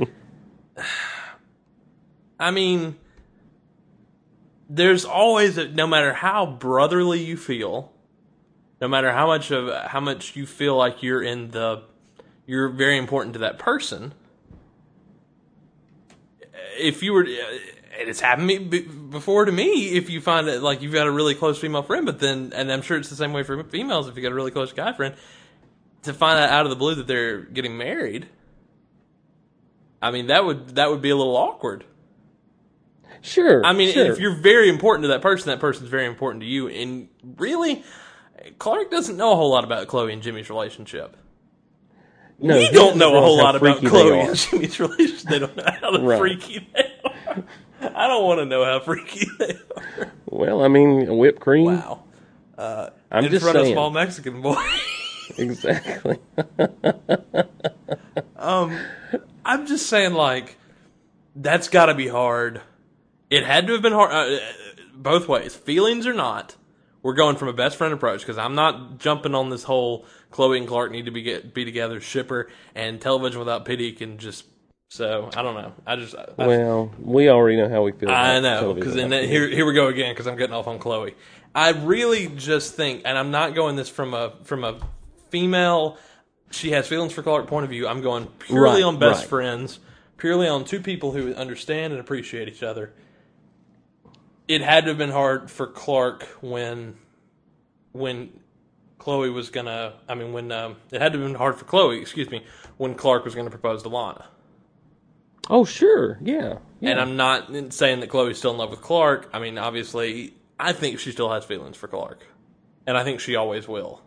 I mean, there's always a, no matter how brotherly you feel, no matter how much of how much you feel like you're in the, you're very important to that person. If you were, and it's happened me be- before to me. If you find that like you've got a really close female friend, but then, and I'm sure it's the same way for females. If you got a really close guy friend, to find out out of the blue that they're getting married. I mean, that would that would be a little awkward. sure. I mean, sure. if you're very important to that person, that person's very important to you. And really, Clark doesn't know a whole lot about Chloe and Jimmy's relationship. no, we he don't doesn't know a whole realize lot how about freaky they Chloe are. and Jimmy's relationship. They don't know how the Right. freaky they are. I don't want to know how freaky they are. Well, I mean, whipped cream. Wow. I'm In just front saying. of small Mexican boy. Exactly. I'm just saying, like, that's got to be hard. It had to have been hard uh, uh, both ways, feelings or not. We're going from a best friend approach because I'm not jumping on this whole Chloe and Clark need to be get, be together shipper and television without pity can just. So I don't know. I just I, well, we already know how we feel. I about know television. because then that- here here we go again because I'm getting off on Chloe. I really just think, and I'm not going this from a from a female. She has feelings for Clark point of view. I'm going purely Right, on best right. friends, purely on two people who understand and appreciate each other. It had to have been hard for Clark when when Chloe was gonna. I mean, when um, it had to have been hard for Chloe. Excuse me, when Clark was gonna propose to Lana. Oh, sure. Yeah. yeah. And I'm not saying that Chloe's still in love with Clark. I mean, obviously, I think she still has feelings for Clark, and I think she always will.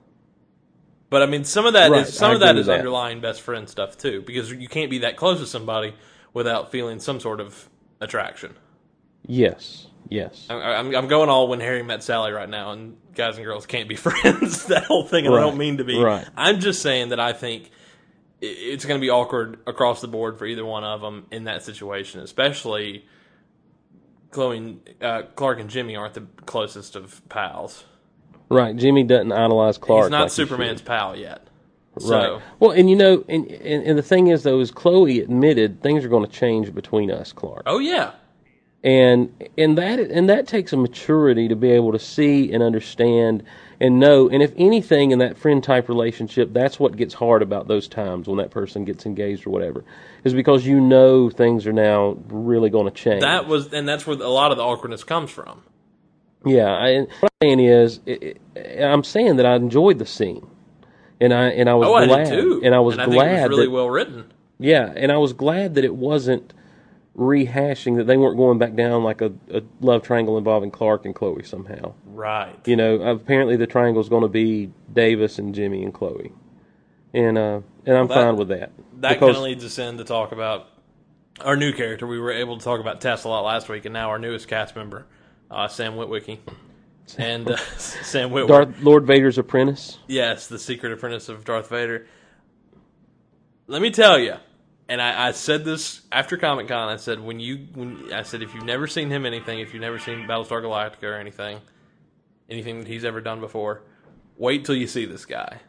But I mean, some of that is Right, some I of that agree is with that. underlying best friend stuff too, because you can't be that close to somebody without feeling some sort of attraction. yes. Yes. I'm, I'm, I'm going all when Harry met Sally right now, and guys and girls can't be friends. that whole thing, and I don't Right, mean to be. right. I'm just saying that I think i- it's going to be awkward across the board for either one of them in that situation, especially Chloe and, uh, Clark and Jimmy aren't the closest of pals. Right. Jimmy doesn't idolize Clark. He's not like he should. Superman's pal yet. Right. So, Well, and you know, and, and and the thing is though, is Chloe admitted things are going to change between us, Clark, oh yeah, and and that and that takes a maturity to be able to see and understand and know. And if anything, in that friend type relationship, that's what gets hard about those times when that person gets engaged or whatever, is because you know things are now really going to change. that was, and that's where a lot of the awkwardness comes from. Yeah, I, what I'm saying is, it, it, I'm saying that I enjoyed the scene, and I and I was Oh, I glad, did too, and I was and I glad think it was really that, well written. yeah, and I was glad that it wasn't rehashing that they weren't going back down like a, a love triangle involving Clark and Chloe somehow. Right. You know, apparently the triangle's going to be Davis and Jimmy and Chloe, and uh, and I'm Well, that- fine with that. that because kind of leads us in to talk about our new character. We were able to talk about Tess a lot last week, and now our newest cast member, uh, Sam Witwicky, and uh, Sam Witwer. Darth Lord Vader's apprentice. yes, the secret apprentice of Darth Vader. Let me tell you, and I, I said this after Comic Con. I said when you, when I said if you've never seen him anything, if you've never seen Battlestar Galactica or anything, anything that he's ever done before, wait till you see this guy.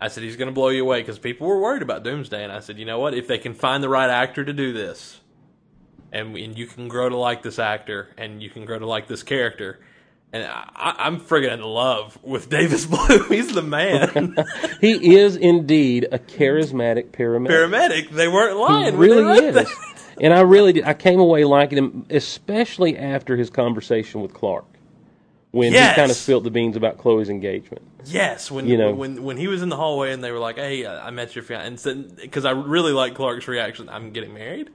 I said he's going to blow you away because people were worried about Doomsday, and I said, you know what? If they can find the right actor to do this, and, and you can grow to like this actor, and you can grow to like this character, and I, I'm friggin' in love with Davis Blue. he's the man. He is indeed a charismatic paramedic. Paramedic. They weren't lying. It when they really wrote is. that. and I really did. I came away liking him, especially after his conversation with Clark, when Yes. he kind of spilled the beans about Chloe's engagement. Yes, when You know. when when he was in the hallway and they were like, "Hey, uh, I I met your fiance," and because I really like Clark's reaction, "I'm getting married."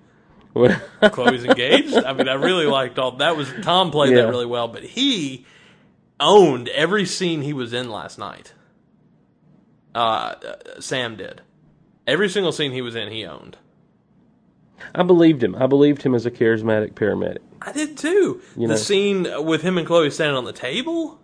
Chloe's engaged. I mean, I really liked all that. Was Tom played Yeah. that really well, but he owned every scene he was in last night. Uh, uh, Sam did every single scene he was in. He owned. I believed him. I believed him as a charismatic paramedic. I did too. the know. scene with him and Chloe standing on the table.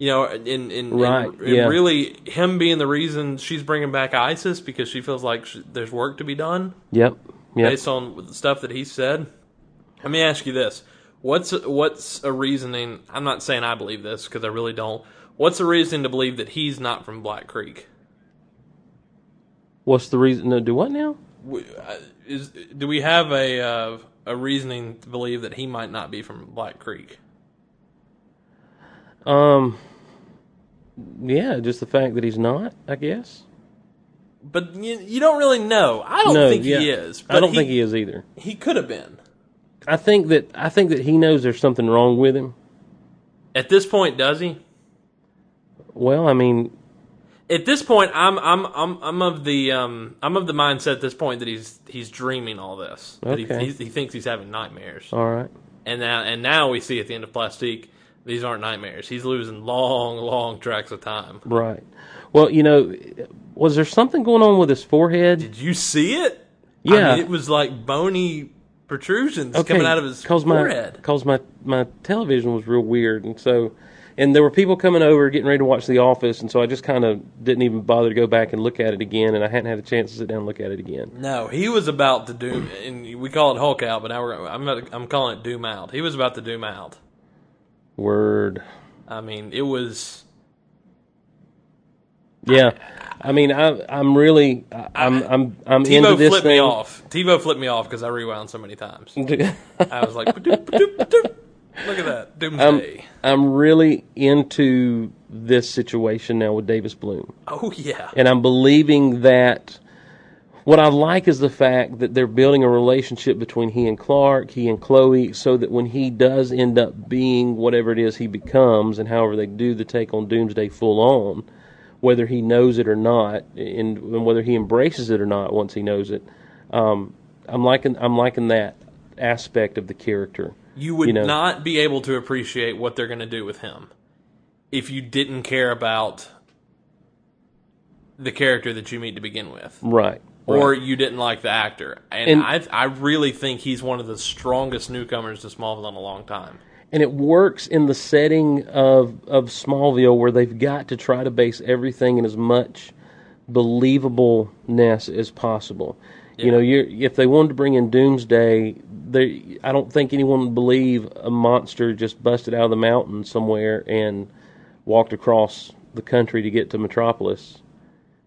You know, and, and, and- Right, and yeah. really him being the reason she's bringing back ISIS because she feels like sh there's work to be done Yep. Yep. based on the stuff that he said. Let me ask you this: What's what's a reasoning? I'm not saying I believe this because I really don't. What's a reason to believe that he's not from Black Creek? What's the reason? No, do what now? W- uh, Is do we have a uh, a reasoning to believe that he might not be from Black Creek? Um, yeah, just the fact that he's not, I guess. But you, you don't really know. I don't no, think yeah. he is. But I don't think he is either. He could have been. I think that I think that he knows there's something wrong with him. At this point, does he? Well, I mean, At this point, I'm I'm I'm I'm of the um I'm of the mindset at this point that he's he's dreaming all this. That Okay. he, he's, he thinks he's having nightmares. all right. And now and now we see at the end of Plastique, these aren't nightmares. He's losing long long tracks of time. Right. Well, you know, was there something going on with his forehead? Did you see it? I Yeah. mean, it was like bony protrusions coming out of his forehead. My, Cause my my television was real weird, and so, and there were people coming over getting ready to watch The Office, and so I just kind of didn't even bother to go back and look at it again, and I hadn't had a chance to sit down and look at it again. No, he was about to doom, and we call it Hulk out, but now we're I'm gonna- I'm calling it doom out. He was about to doom out. Word. I mean, it was. Yeah. I mean, I I'm really I- I'm I'm I'm into Tebow this flipped thing. me off. Tebow flipped me off because I rewound so many times. I was like, "Ba-doop, ba-doop, ba-doop." look at that doomsday. I'm really into this situation now with Davis Bloom. oh yeah, and I'm believing that what I like is the fact that they're building a relationship between he and Clark, he and Chloe, so that when he does end up being whatever it is he becomes, and however they do the take on Doomsday full on, whether he knows it or not, and, and whether he embraces it or not once he knows it, um, I'm liking I'm liking that aspect of the character. you would you know. not be able to appreciate what they're going to do with him if you didn't care about the character that you meet to begin with. Right. or right. you didn't like the actor. And, And- I I really think he's one of the strongest newcomers to Smallville in a long time. and it works in the setting of of Smallville where they've got to try to base everything in as much believableness as possible. You know, you're, if they wanted to bring in Doomsday, they, I don't think anyone would believe a monster just busted out of the mountain somewhere and walked across the country to get to Metropolis,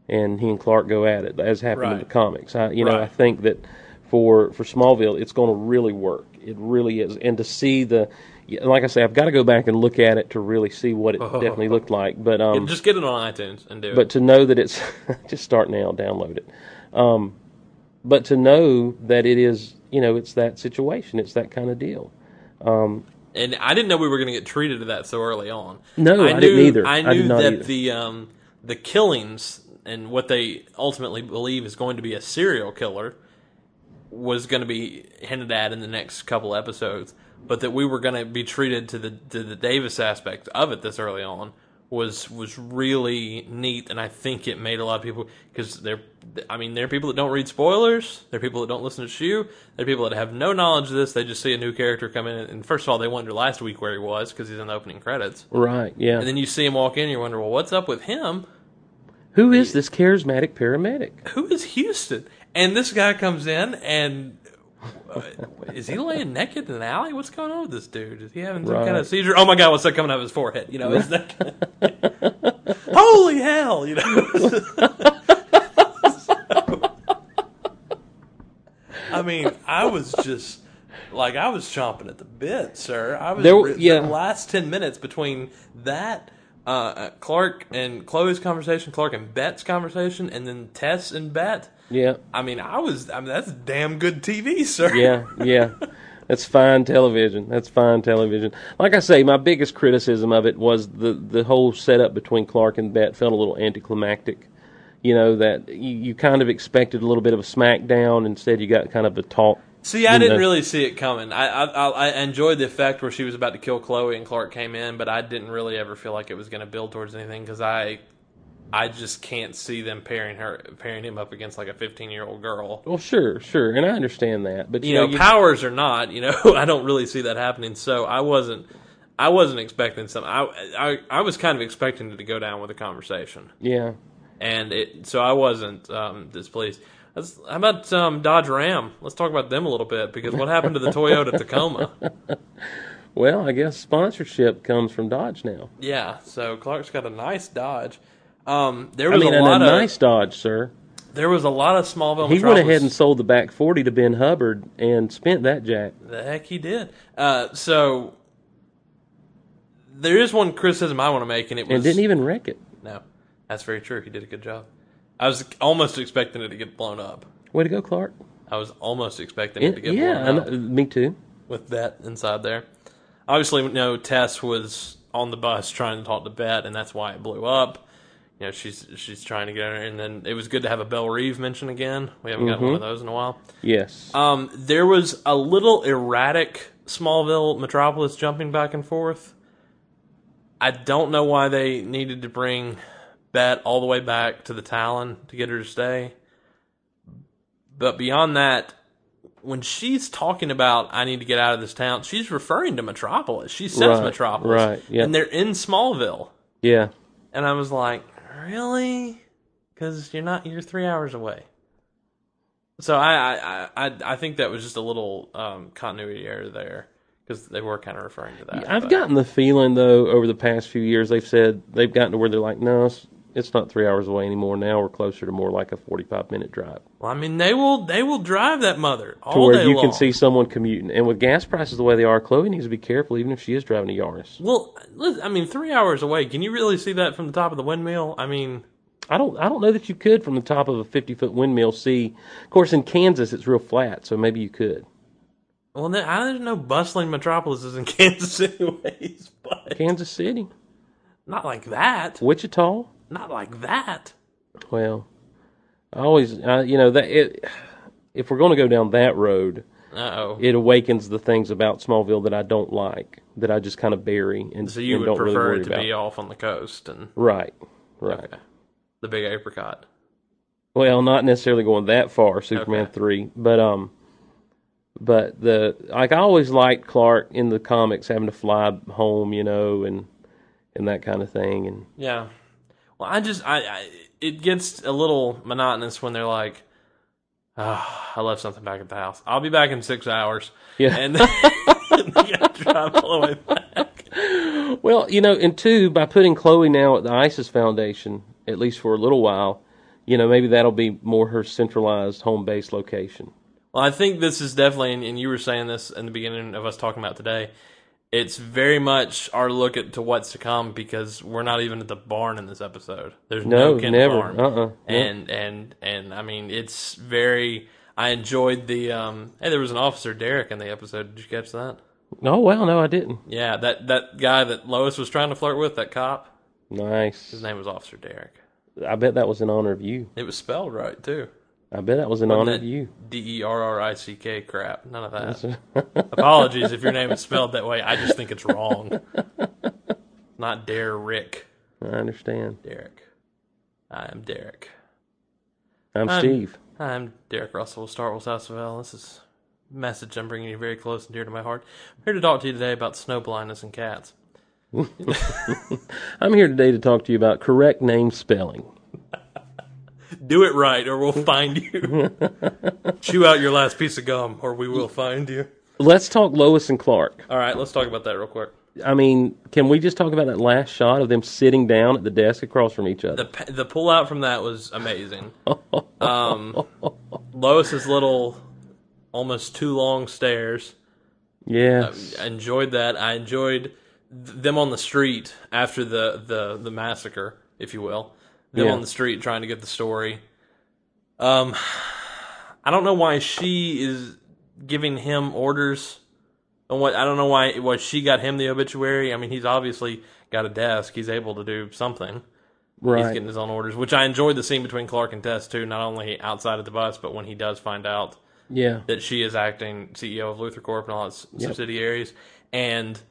and he and Clark go at it, as happened in Right. the comics. I, you know, Right. I think that for for Smallville, it's going to really work. It really is, and to see the, yeah, like I say, I've got to go back and look at it to really see what it definitely looked like. But um, Just get it on iTunes and do but to know that it's just start now, download it. Um, but to know that it is, you know, it's that situation, it's that kind of deal. it. And I didn't know we were going to get treated to that so early on. No, I didn't either. I I knew did not that either. the um, the killings and what they ultimately believe is going to be a serial killer was going to be hinted at in the next couple episodes, but that we were going to be treated to the to the Davis aspect of it this early on was was really neat, and I think it made a lot of people because there, I mean, there are people that don't read spoilers, there are people that don't listen to Shoe, there are people that have no knowledge of this. They just see a new character come in, and first of all, they wonder last week where he was because he's in the opening credits, Right? Yeah. and then you see him walk in, you wonder, well, what's up with him? Who is this charismatic paramedic? who is Houston? And this guy comes in and uh, is he laying naked in an alley? What's going on with this dude? Is he having some kind Right. of seizure? Oh my god, what's that coming out of his forehead? You know, is that holy hell? You know. I mean, I was just like I was chomping at the bit, sir. I was There- re- yeah. the last ten minutes between that uh, uh, Clark and Chloe's conversation, Clark and Bet's conversation, and then Tess and Bet. Yeah. I mean, I was. I mean, that's damn good TV, sir. yeah, yeah. That's fine television. That's fine television. Like I say, my biggest criticism of it was the the whole setup between Clark and Bet felt a little anticlimactic. You know that you, you kind of expected a little bit of a smackdown. Instead, you got kind of a talk. See, I didn't know. really see it coming. I, I I I enjoyed the effect where she was about to kill Chloe and Clark came in, but I didn't really ever feel like it was going to build towards anything because I, I just can't see them pairing her pairing him up against like a fifteen year old girl. Well, sure, sure, and I understand that, but you, You know, know, you- powers or not, you know, I don't really see that happening. So I wasn't. I wasn't expecting some. I, I I was kind of expecting it to go down with a conversation. yeah, and it so I wasn't um, displeased. Let's, how about um, Dodge Ram? Let's talk about them a little bit because what happened to the Toyota Tacoma? Well, I guess sponsorship comes from Dodge now. Yeah, so Clark's got a nice Dodge. Um, there I was mean, a and a lot of nice Dodge, sir. there was a lot of Smallville. He went Metropolis- ahead and sold the back 40 to Ben Hubbard and spent that jack. The heck he did. Uh, so there is one criticism I want to make, and it was And didn't even wreck it. no, that's very true. He did a good job. I was almost expecting it to get blown up. Way to go, Clark. I was almost expecting it to It, get yeah, I blown up. know, me too. with Bet inside there. Obviously, we know Tess was on the bus trying to talk to Bet, and that's why it blew up. You know, she's she's trying to get her, and then it was good to have a Belle Reeve mention again. We haven't gotten one Mm-hmm. of those in a while. Yes. Um, there was a little erratic Smallville Metropolis jumping back and forth. I don't know why they needed to bring Bet all the way back to the Talon to get her to stay. But beyond that, when she's talking about I need to get out of this town, she's referring to Metropolis. She says Right, Metropolis. right, yeah. And they're in Smallville. yeah. And I was like, really? Because you're not, you're three hours away. So I, I, I- I, I think that was just a little um, continuity error there because they were kind of referring to that. I've but- gotten the feeling, though, over the past few years, they've said they've gotten to where they're like, no, it's, it's not three hours away anymore. Now we're closer to more like a 45 minute drive Well, I mean, they will, they will drive that mother all to where day you long. can see someone commuting. And with gas prices the way they are, Chloe needs to be careful, even if she is driving a Yaris. Well, listen, I mean, three hours away. Can you really see that from the top of the windmill? I mean, I don't, I don't know that you could from the top of a 50 foot windmill see. Of course, in Kansas, it's real flat, so maybe you could. well, there- I there's no bustling metropolises in Kansas, anyways. But Kansas City, not like that. Wichita. Not like that. Well, I always, I, you know, that it, if we're going to go down that road, Uh oh. it awakens the things about Smallville that I don't like, that I just kind of bury and, So you and would don't really prefer worry it to about. be off on the coast and right, right. the big apricot. Well, not necessarily going that far, Superman Okay. three, but um, but the like I always liked Clark in the comics having to fly home, you know, and and that kind of thing, and Yeah. Well, I just I, I it gets a little monotonous when they're like, oh, I left something back at the house. I'll be back in six hours. Yeah. And then they gotta drive all the way back. Well, you know, and two, by putting Chloe now at the ISIS Foundation, at least for a little while, you know, maybe that'll be more her centralized home base location. Well, I think this is definitely, and, and you were saying this in the beginning of us talking about today. It's very much our look at to what's to come because we're not even at the barn in this episode. There's no, No, Kent never. Farm. Uh-uh. No. And and and I mean, it's very. I enjoyed the. Um, hey, there was an officer Derek in the episode. Did you catch that? Oh, wow, no, I didn't. Yeah, that that guy that Lois was trying to flirt with, that cop. Nice. His name was Officer Derek. I bet that was in honor of you. It was spelled right too. I bet that was in honor of you. D E R R I C K crap. None of that. Apologies if your name is spelled that way. I just think it's wrong. Not Dare Rick. I understand. Derek. I am Derek. I'm Um, Steve. I'm Derek Russell with Star Wars House of L. This is a message I'm bringing you very close and dear to my heart. I'm here to talk to you today about snow blindness and cats. I'm here today to talk to you about correct name spelling. Do it right or we'll find you. Chew out your last piece of gum or we will find you. Let's talk Lois and Clark. All right, let's talk about that real quick. I mean, can we just talk about that last shot of them sitting down at the desk across from each The other? p- the pull out from that was amazing. Um, Lois's little almost too long stairs. Yes. I enjoyed that. I enjoyed th- them on the street after the the the massacre, if you will. Them Yeah. on the street trying to get the story. Um, I don't know why she is giving him orders. And what I don't know why why she got him the obituary. I mean, he's obviously got a desk. He's able to do something he's Right. getting his own orders, which I enjoyed the scene between Clark and Tess too. Not only outside of the bus, but when he does find out Yeah. that she is acting CEO of Luther Corp and all its subsidiaries, and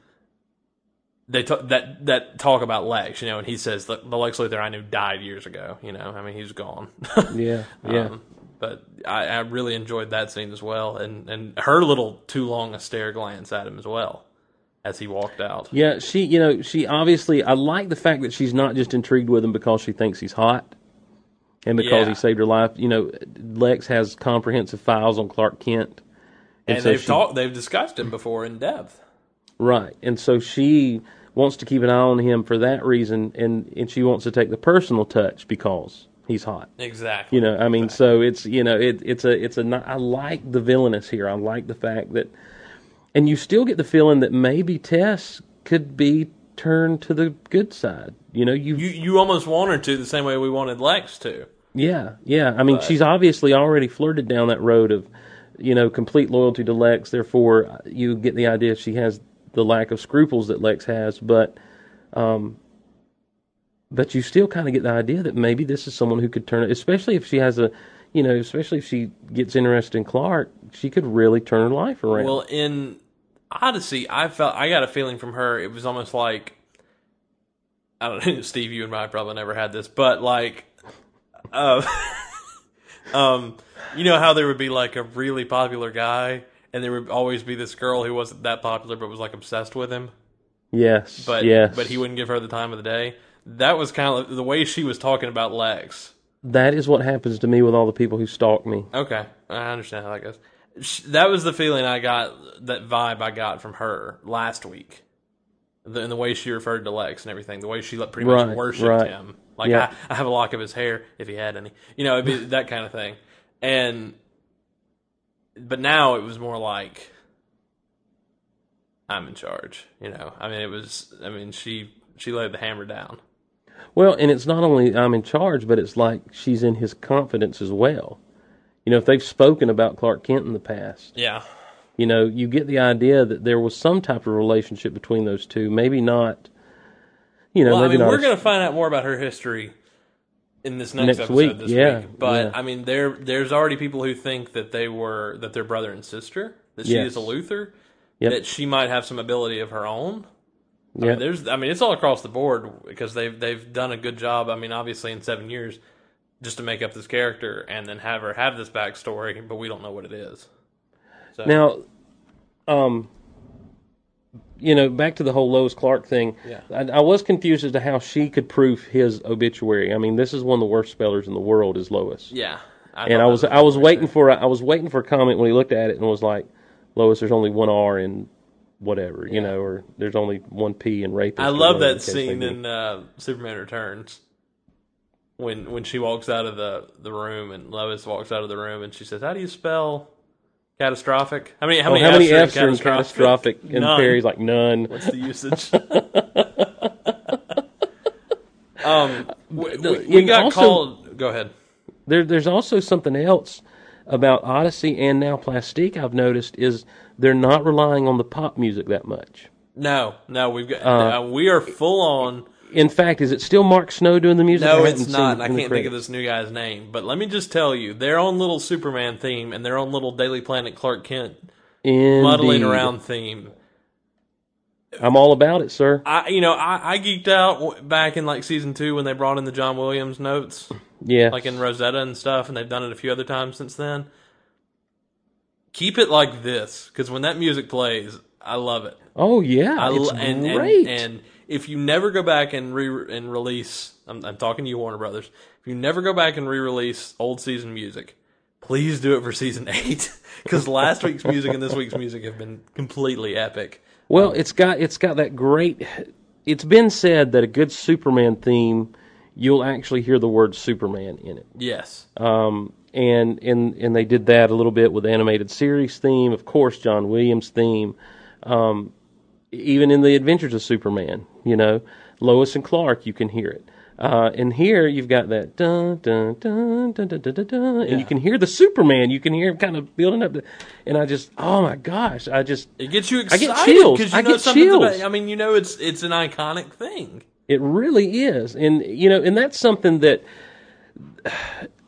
they talk, that that talk about Lex, you know, and he says the, the Lex Luthor I knew died years ago. You know, I mean he's gone. Yeah. Yeah. Um, but I, I really enjoyed that scene as well, and and her little too long a stare glance at him as well as he walked out. Yeah, she, you know, she obviously, I like the fact that she's not just intrigued with him because she thinks he's hot. and because Yeah. he saved her life, you know, Lex has comprehensive files on Clark Kent, And, so they've she- talked, they've discussed him before in depth. right? And so she wants to keep an eye on him for that reason, and and she wants to take the personal touch because he's hot. Exactly. You know, I mean, so it's you know, it, it's a it's a not, I like the villainous here. I like the fact that, and you still get the feeling that maybe Tess could be turned to the good side. You know, you, you you almost want her to the same way we wanted Lex to. yeah yeah. I mean, she's obviously already flirted down that road of, you know, complete loyalty to Lex. Therefore, you get the idea she has the lack of scruples that Lex has, but, um, but you still kind of get the idea that maybe this is someone who could turn it, especially if she has a, you know, especially if she gets interested in Clark, she could really turn her life around. Well, in Odyssey, I felt I got a feeling from her. It was almost like I don't know, Steve. You and I probably never had this, but like, uh, um, you know how there would be like a really popular guy, and there would always be this girl who wasn't that popular but was like obsessed with him. yes, But yes, but he wouldn't give her the time of the day. That was kind of the way she was talking about Lex. that is what happens to me with all the people who stalk me. Okay, I understand how that goes. Sh- That was the feeling I got, that vibe I got from her last week, the, and the way she referred to Lex and everything, the way she like, pretty Right, much worshipped right. him. Like Yeah. I, I have a lock of his hair if he had any, you know, it'd be that kind of thing. And but now it was more like I'm in charge, you know. I mean, it was. I mean, she she laid the hammer down. Well, and it's not only I'm in charge, but it's like she's in his confidence as well. You know, if they've spoken about Clark Kent in the past, Yeah, you know, you get the idea that there was some type of relationship between those two. Maybe not, you know, Well, I maybe mean, not. we're as- going to find out more about her history in this next, Next episode week, this yeah, week. But yeah. I mean, there there's already people who think that they were that they're brother and sister, that she Yes. is a Luther, Yep. that she might have some ability of her own. I Yeah. mean, there's I mean, it's all across the board because they've they've done a good job. I mean, obviously in seven years, just to make up this character and then have her have this backstory, but we don't know what it is. So Now, um, you know, back to the whole Lois Clark thing. Yeah. I, I was confused as to how she could proof his obituary. I mean, this is one of the worst spellers in the world, is Lois. yeah, and thought I that was I was waiting for a, I was waiting for a comment when he looked at it and was like, Lois, there's only one R in whatever, you know, or there's only one P in rapist. I or love whatever that the case may scene be. in uh, Superman Returns when when she walks out of the, the room and Lois walks out of the room and she says, "How do you spell catastrophic? How many how Oh, many, how many Fs F's are in catastrophic? And None. Perry's like none. What's the usage?" um, we, we, we and got also- called. Go ahead. There, there's also something else about Odyssey and now Plastique. I've noticed is they're not relying on the pop music that much. No, no, we've got uh, we are full on. In fact, is it still Mark Snow doing the music? No, I it's haven't not. seen and I in the can't think of credits. this new guy's name. But let me just tell you, their own little Superman theme and their own little Daily Planet Clark Kent muddling Indeed. around theme. I'm all about it, sir. I, you know, I, I geeked out w- back in like season two when they brought in the John Williams notes, Yeah, like in Rosetta and stuff, and they've done it a few other times since then. Keep it like this, because when that music plays, I love it. oh yeah, I lo- it's and, and- great. And, if you never go back and re and release, I'm, I'm talking to you, Warner Brothers. If you never go back and re-release old season music, please do it for season eight, because last week's music and this week's music have been completely epic. Well, it's got it's got that great. It's been said that a good Superman theme, you'll actually hear the word Superman in it. Yes. Um, and and and they did that a little bit with the animated series theme, of course, John Williams theme, um, even in the Adventures of Superman. You know, Lois and Clark, you can hear it. Uh, and here you've got that dun dun dun dun dun dun dun, dun and you can hear the Superman. You can hear him kind of building up, the, and I just, oh my gosh, I just It gets you I get excited. chills. 'cause You I know get something's chills. About, I mean, you know, it's it's an iconic thing. It really is, and you know, and that's something that,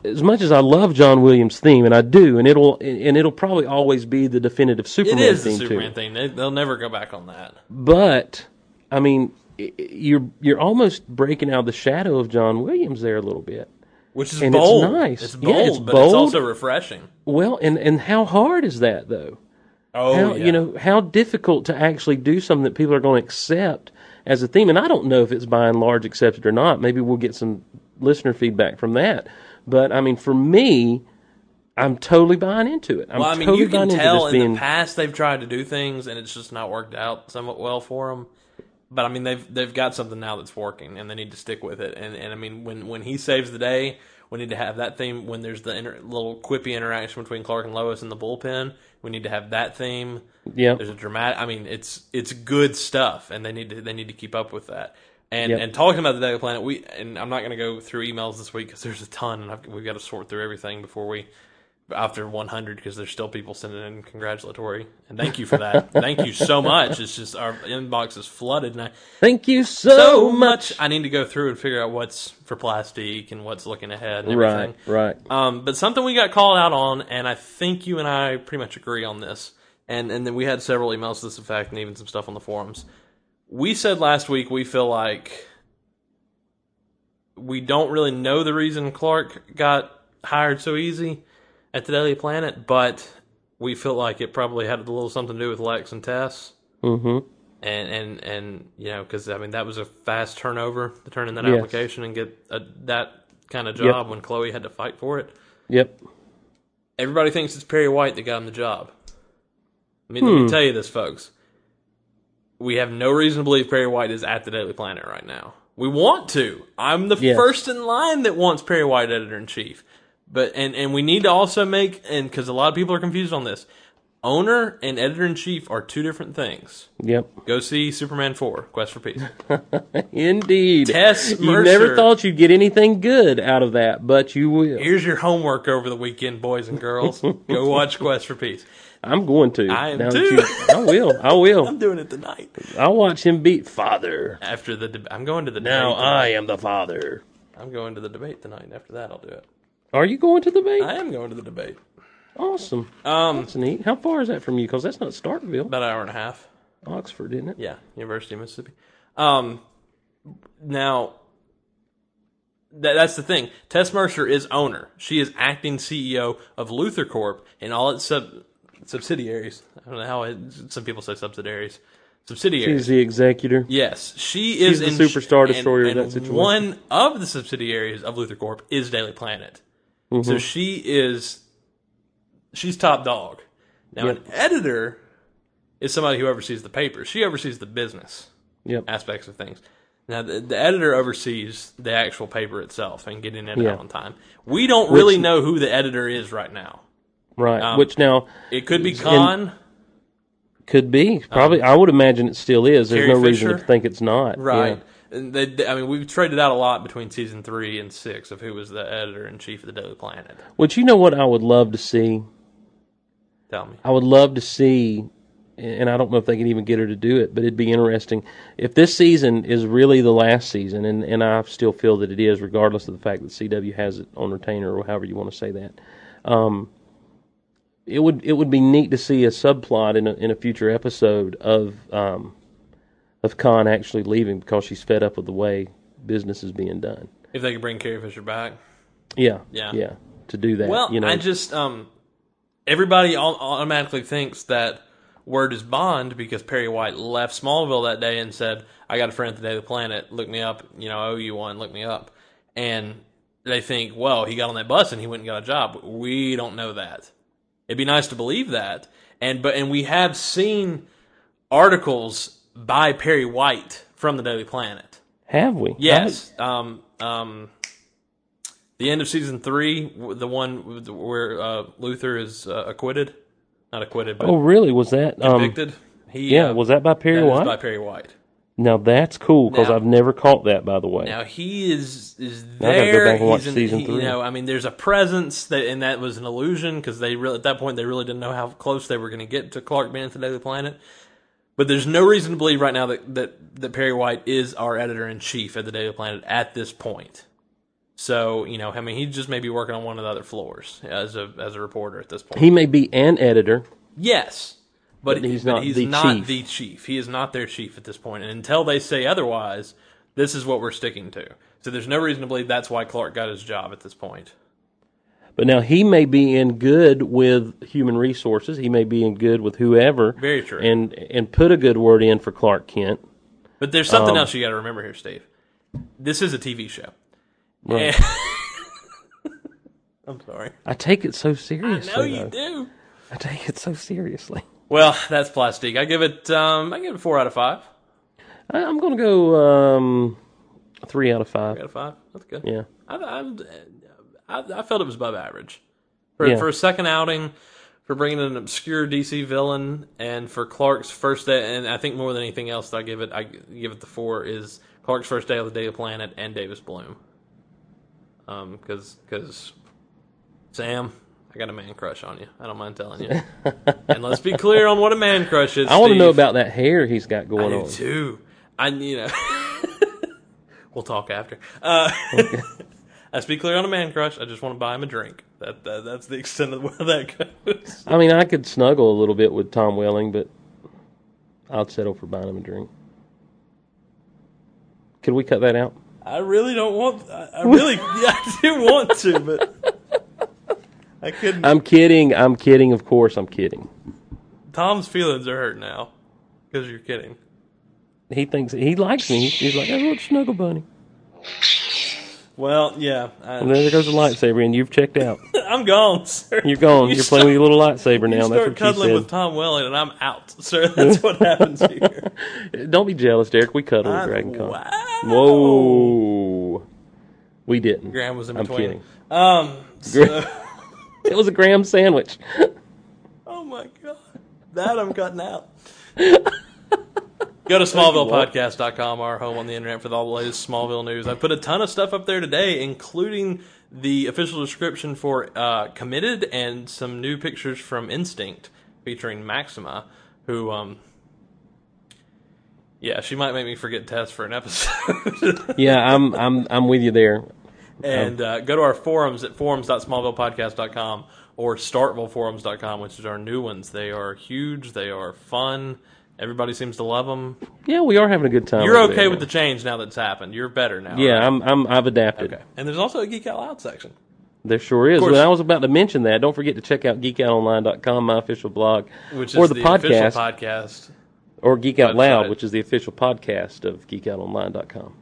as much as I love John Williams' theme, and I do, and it'll and it'll probably always be the definitive It Superman is the theme Superman too. thing. They, they'll never go back on that. But I mean, i- i- you're you're almost breaking out of the shadow of John Williams there a little bit. Which is And it's bold. nice. It's Yeah, bold, it's but bold. it's also refreshing. Well, and and how hard is that though? Oh, how, you know how difficult to actually do something that people are going to accept as a theme and i don't know if it's by and large accepted or not maybe we'll get some listener feedback from that. But I mean, for me, I'm totally buying into it. I'm well, I mean, totally you can buying into tell this in being the past they've tried to do things and it's just not worked out somewhat well for them. But I mean, they've they've got something now that's working, and they need to stick with it. And and I mean, when when he saves the day, we need to have that theme. When there's the inter, little quippy interaction between Clark and Lois in the bullpen, we need to have that theme. yeah. There's a dramatic. I mean, it's it's good stuff, and they need to they need to keep up with that. And Yep. and talking about the Daily Planet, we and I'm not going to go through emails this week because there's a ton, and I've, we've got to sort through everything before we after 100 because there's still people sending in congratulatory and thank you for that. thank you so much. It's just our inbox is flooded, and I Thank you so, much. I need to go through and figure out what's for plastique and what's looking ahead and everything. Right, right. Um, but something we got called out on, and I think you and I pretty much agree on this. And and then we had several emails to this effect, and even some stuff on the forums. We said last week we feel like we don't really know the reason Clark got hired so easy at the Daily Planet, but we feel like it probably had a little something to do with Lex and Tess Mm-hmm. and and and you know because I mean that was a fast turnover to turn in that Yes. application and get a, that kind of job when Chloe had to fight for it. Yep. Everybody thinks it's Perry White that got him the job. I mean, let me tell you this, folks. We have no reason to believe Perry White is at the Daily Planet right now. We want to. I'm the Yes. first in line that wants Perry White editor in chief. But and and we need to also make and because a lot of people are confused on this. Owner and editor in chief are two different things. Yep. Go see Superman 4, Quest for Peace. Indeed. Tess You never Mercer. thought you'd get anything good out of that, but you will. Here's your homework over the weekend, boys and girls. Go watch Quest for Peace. I'm going to. I am now that too. you- I will. I will. I'm doing it tonight. I'll watch him beat father. After the, deb I'm going to the Now debate. tonight. I am the father. I'm going to the debate tonight. After that, I'll do it. Are you going to the bank? I am going to the debate. awesome. Um, That's neat. How far is that from you? Because that's not Starkville. about an hour and a half. Oxford, isn't it? Yeah, University of Mississippi. Um, now that, that's the thing. Tess Mercer is owner. She is acting CEO of Luther Corp and all its sub subsidiaries. I don't know how it, some people say subsidiaries. Subsidiaries. He's the executor. Yes, she is the in- superstar and- destroyer of and that situation. One of the subsidiaries of Luther Corp is Daily Planet, Mm-hmm. so she is she's top dog. Now, an editor is somebody who oversees the paper. She oversees the business Yep. aspects of things. Now, the, the editor oversees the actual paper itself and getting it Yeah. out on time. We don't really know who the editor is right now. Right. Which now It could be Khan. could be. Probably. I would imagine it still is. There's Carrie no reason Fisher? to think it's not. Right. And they- they- I mean, we've traded out a lot between season three and six of who was the editor in chief of the Daily Planet. Yeah. Which you know what I would love to see? Tell me. I would love to see, and I don't know if they can even get her to do it, but it'd be interesting if this season is really the last season, and, and I still feel that it is, regardless of the fact that CW has it on retainer or however you want to say that. Um, it would it would be neat to see a subplot in a, in a future episode of um, of Khan actually leaving because she's fed up with the way business is being done. If they could bring Carrie Fisher back. Yeah, Yeah. yeah. To do that, Well, you know, I just, um, everybody au- automatically thinks that word is bond because Perry White left Smallville that day and said, I got a friend at the Daily Planet. Look me up. You know, I owe you one. Look me up. And they think, well, he got on that bus and he went and got a job. We don't know that. It'd be nice to believe that. And but and we have seen articles by Perry White from the Daily Planet. have we? Yes. Um, um, the end of season three, w- the one with- where uh, Luther is uh, acquitted, not acquitted, but Oh, really? Was that um, convicted. He yeah? uh, Was that by Perry that is White? by Perry White. Now that's cool because Now- I've never caught that. By the way, Now he is is gotta go there. back and He's watch in- season he- three. You know, I mean, there's a presence that, and that was an illusion because they really at that point they really didn't know how close they were going to get to Clark being at the Daily Planet. But there's no reason to believe right now that that, that Perry White is our editor in chief at the Daily Planet at this point. So you know, I mean, he just may be working on one of the other floors as a as a reporter at this point. he may be an editor. Yes, but, But he's but not he's the not chief. the chief. He is not their chief at this point, and until they say otherwise, this is what we're sticking to. So there's no reason to believe that's why Clark got his job at this point. But now he may be in good with human resources. He may be in good with whoever. Very true. And and put a good word in for Clark Kent. Um, But there's something else you got to remember here, Steve. This is a TV show. Right. And- I'm sorry. I take it so I seriously. know you though. do. I take it so seriously. Well, that's plastique. I give it. Um, I give it four out of five. I, I'm gonna go um, three out of five. Three out of five. That's good. Yeah. I, I, I, I felt it was above average for Yeah. for a second outing, for bringing in an obscure DC villain, and for Clark's first day. And I think more than anything else, that I give it. I give it the four is Clark's first day on the Daily Planet and Davis Bloom. Um, because because Sam, I got a man crush on you. I don't mind telling you. and let's be clear on what a man crush is. I want to know Steve. about that hair he's I got going do on. too. I you know. we'll talk after. Uh, let's be clear on a man crush. I just want to buy him a drink. That, that that's the extent of where that goes. I mean, I could snuggle a little bit with Tom Welling, but I'd settle for buying him a drink. Could we cut that out? I really don't want. I, I really, yeah, I do want to, but I couldn't. I'm kidding. I'm kidding. Of course, I'm kidding. Tom's feelings are hurt now because you're kidding. He thinks he likes me. He's like, "Oh, little snuggle bunny." Well, yeah, I, And there goes the lightsaber, and you've checked out. I'm gone, sir. You're gone. You You're playing with your little lightsaber now. You That's start what she cuddling said. with Tom Welling, and I'm out, sir. That's what happens here. Don't be jealous, Derek. We cuddled at Dragon Con. Wow. Whoa. We didn't. Graham was in I'm between. kidding. Um, so, It was a Graham sandwich. oh my god, that I'm cutting out. Go to SmallvillePodcast.com, our home on the internet for all the latest Smallville news. I put a ton of stuff up there today, including the official description for uh, Committed and some new pictures from Instinct featuring Maxima, who, um, yeah, she might make me forget Tess for an episode. yeah, I'm I'm I'm with you there. And Oh. uh, go to our forums at forums.smallvillepodcast.com or startvilleforums.com, which is our new ones. They are huge. They are fun. Everybody seems to love them. Yeah, we are having a good time. You're over okay there. with the change now that's happened. You're better now. Yeah, right? I'm I'm I've adapted. okay. And there's also a Geek Out Loud section. There sure is. course. Well, I was about to mention that. Don't forget to check out geekoutonline.com, my official blog, Which is or the, official podcast, podcast. or Geek Out Loud, website. which is the official podcast of geekoutonline.com.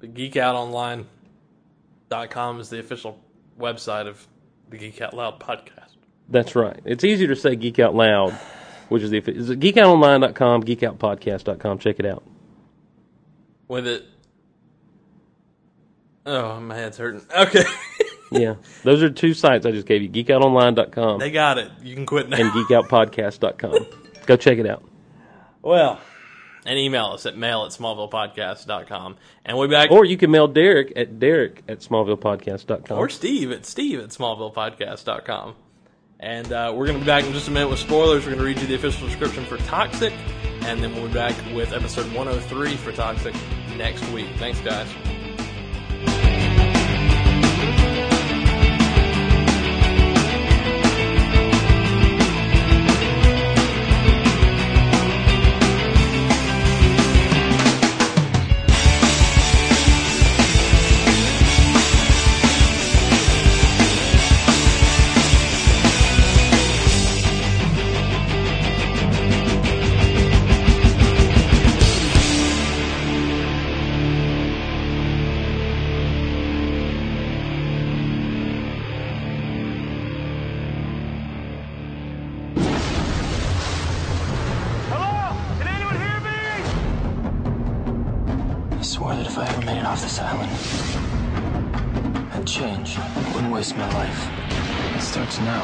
The geekoutonline.com is the official website of the Geek Out Loud podcast. That's right. It's easier to say Geek Out Loud, which is the is it geekoutonline.com, geekoutpodcast.com. Check it out. With it. Oh, my head's hurting. Okay. Yeah. Those are two sites I just gave you geekoutonline.com they got it. You can quit now. and geekoutpodcast.com. Go check it out. Well, and email us at mail at smallvillepodcast.com. And we'll be back. Or, Or you can mail Derek at Derek at smallvillepodcast.com. Steve at Steve at smallvillepodcast.com. And uh, we're going to be back in just a minute with spoilers. We're going to read you the official description for Toxic. And then we'll be back with episode 103 for Toxic next week. Thanks, guys. Hello? Can anyone hear me? I swore that if I ever made it off this island, I'd change. I wouldn't waste my life. It starts now.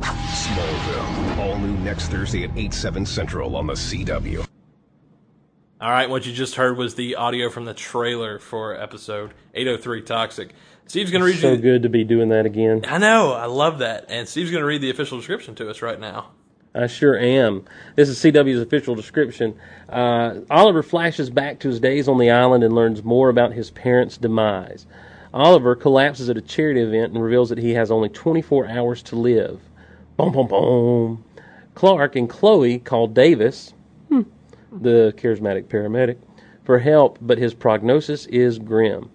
Smallville. All new next Thursday at 8, 7 central on the CW. All right, what you just heard was the audio from the trailer for episode 803 Toxic. Steve's going to read So you. good to be doing that again. I know. I love that. And Steve's going to read the official description to us right now. I sure am. This is CW's official description. Uh, Oliver flashes back to his days on the island and learns more about his parents' demise. Oliver collapses at a charity event and reveals that he has only 24 hours to live. Boom, boom, boom. Clark and Chloe call Davis, hmm, the charismatic paramedic, for help, but his prognosis is grim.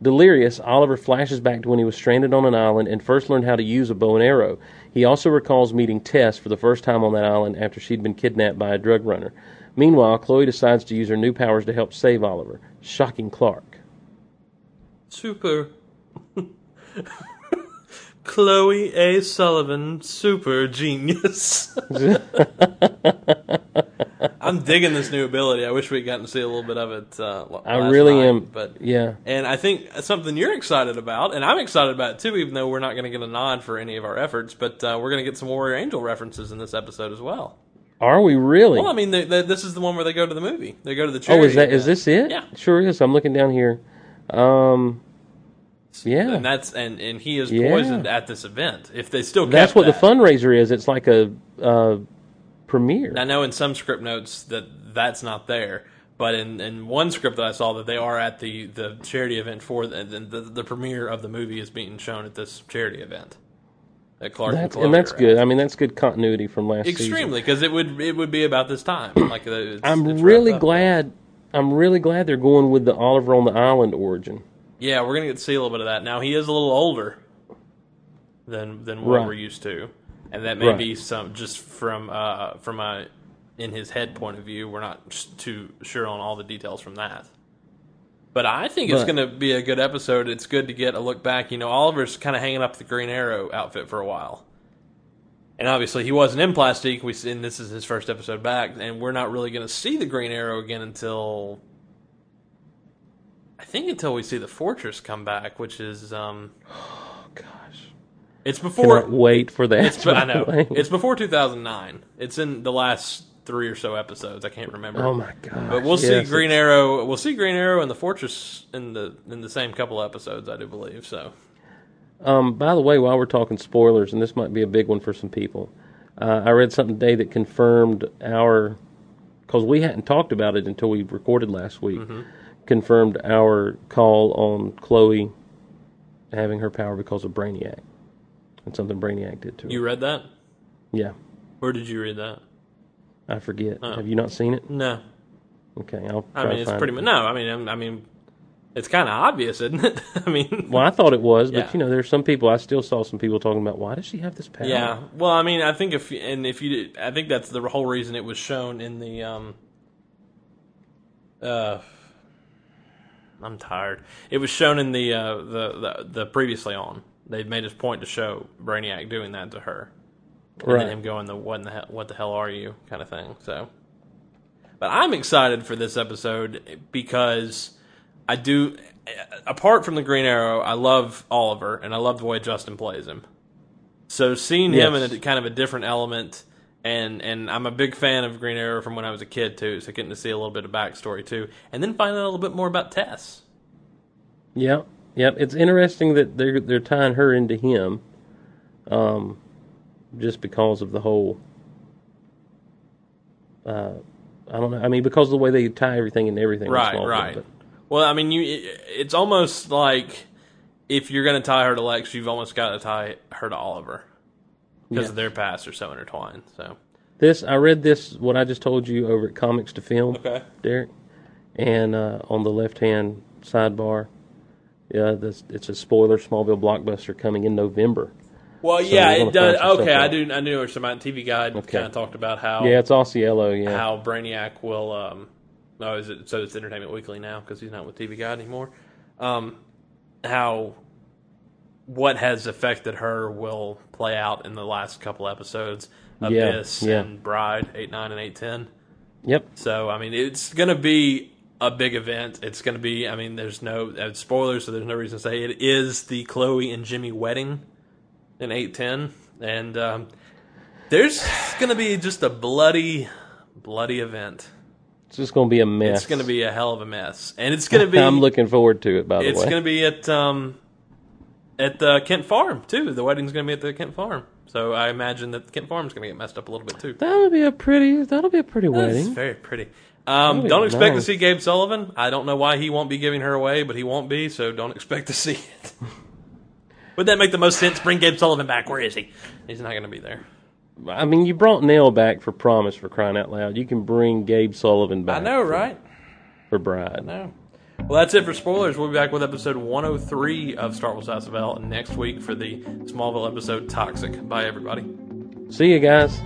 Delirious, Oliver flashes back to when he was stranded on an island and first learned how to use a bow and arrow. He also recalls meeting Tess for the first time on that island after she'd been kidnapped by a drug runner. Meanwhile, Chloe decides to use her new powers to help save Oliver. Shocking Clark. Super. Chloe A. Sullivan, super genius. I'm digging this new ability. I wish we'd gotten to see a little bit of it. Uh, l- I last really night, am. But yeah, and I think that's something you're excited about, and I'm excited about it too, even though we're not going to get a nod for any of our efforts. But uh, we're going to get some Warrior Angel references in this episode as well. are we really? Well, I mean, they, they, this is the one where they go to the movie. They go to the oh, charity. is that is event. this it? Yeah. sure is. I'm looking down here. Um, yeah, And that's and and he is Yeah. poisoned at this event. If they still that's kept what that. the fundraiser is. It's like a uh, premiere. I know in some script notes that that's not there, but in, in one script that I saw that they are at the, the charity event for the, the the the premiere of the movie is being shown at this charity event. At Clark That's, Chloe and that's are at. good. I mean, that's good continuity from last season. Extremely, because it would it would be about this time. Like uh, it's, I'm it's really wrapped up. glad. I'm really glad they're going with the Oliver on the Island origin. Yeah, we're gonna get to see a little bit of that. Now he is a little older than than what Right. we're used to, and that may Right. be some just from uh from a in his head point of view. We're not s- too sure on all the details from that. But I think it's But- going to be a good episode. It's good to get a look back. You know, Oliver's kind of hanging up the Green Arrow outfit for a while. And obviously, he wasn't in Plastique. We and this is his first episode back, and we're not really going to see the Green Arrow again until I think until we see the Fortress come back, which is um, Oh gosh, it's before. cannot wait for that. It's, but I by know the way. it's before 2009. It's in the last three or so episodes. I can't remember. oh my god. But we'll see Green Arrow. We'll see Green Arrow and the Fortress in the in the same couple episodes, I do believe. So Um, by the way, while we're talking spoilers, and this might be a big one for some people, uh, I read something today that confirmed our, because we hadn't talked about it until we recorded last week, Mm-hmm. confirmed our call on Chloe having her power because of Brainiac and something Brainiac did to her. you read that? yeah, Where did you read that? I forget. Have you not seen it? No, Okay, I'll. I try mean to it's find pretty it. much no. I mean I'm- I mean it's kind of obvious, isn't it? I mean, Well, I thought it was, but Yeah. you know, there's some people. I still saw some people talking about why does she have this power? yeah. Well, I mean I think if and if you did- I think that's the whole reason it was shown in the um uh. I'm tired. It was shown in the uh, the, the the previously on. They made his point to show Brainiac doing that to her. and then him right. going the what in the hell, what the hell are you kind of thing. So, but I'm excited for this episode because I do. Apart from the Green Arrow, I love Oliver and I love the way Justin plays him. So seeing him Yes. in a kind of a different element, and and I'm a big fan of Green Arrow from when I was a kid too. So getting to see a little bit of backstory too, and then find out a little bit more about Tess. Yep, yep. It's interesting that they're they're tying her into him, um, just because of the whole. Uh, I don't know. I mean, because of the way they tie everything and everything. in Right, Smallville, right. but- Well, I mean, you. it- It's almost like if you're going to tie her to Lex, you've almost got to tie her to Oliver because Yeah. their pasts are so intertwined. So This I read this what I just told you over at Comics to Film. Okay. Derek, and uh, on the left hand sidebar, yeah, this, it's a spoiler Smallville blockbuster coming in November. well, yeah, yeah, we're gonna it does. find some Okay, stuff I out. do. I knew what you're about. TV Guide Okay. kind of talked about how Yeah, it's Osceola. Yeah, how Brainiac will. Um, oh, is it? So it's Entertainment Weekly now because he's not with TV Guide anymore. Um, how what has affected her will play out in the last couple episodes of Yeah, this yeah. and Bride eight nine and eight ten. yep. So I mean, it's going to be a big event. It's going to be. I mean, there's no uh, spoilers, so there's no reason to say it is the Chloe and Jimmy wedding in eight ten, and um, there's going to be just a bloody, bloody event. It's just going to be a mess. It's going to be a hell of a mess, and it's going to be. I'm looking forward to it. By the It's way, going to be at um, at uh, Kent Farm too. The wedding's going to be at the Kent Farm, so I imagine that Kent Farm's going to get messed up a little bit too. that'll be a pretty. That'll be a pretty It's wedding. very pretty. Um, Really don't expect nice. to see Gabe Sullivan. I don't know why he won't be giving her away, but he won't be, so don't expect to see it. Would that make the most sense? Bring Gabe Sullivan back. Where is he? He's not going to be there. I mean, you brought Nell back for Promise for crying out loud. You can bring Gabe Sullivan back. I know, for- right? For Bride. No. Well, that's it for spoilers. We'll be back with episode 103 of Star Wars House of L next week for the Smallville episode Toxic. Bye, everybody. See you guys.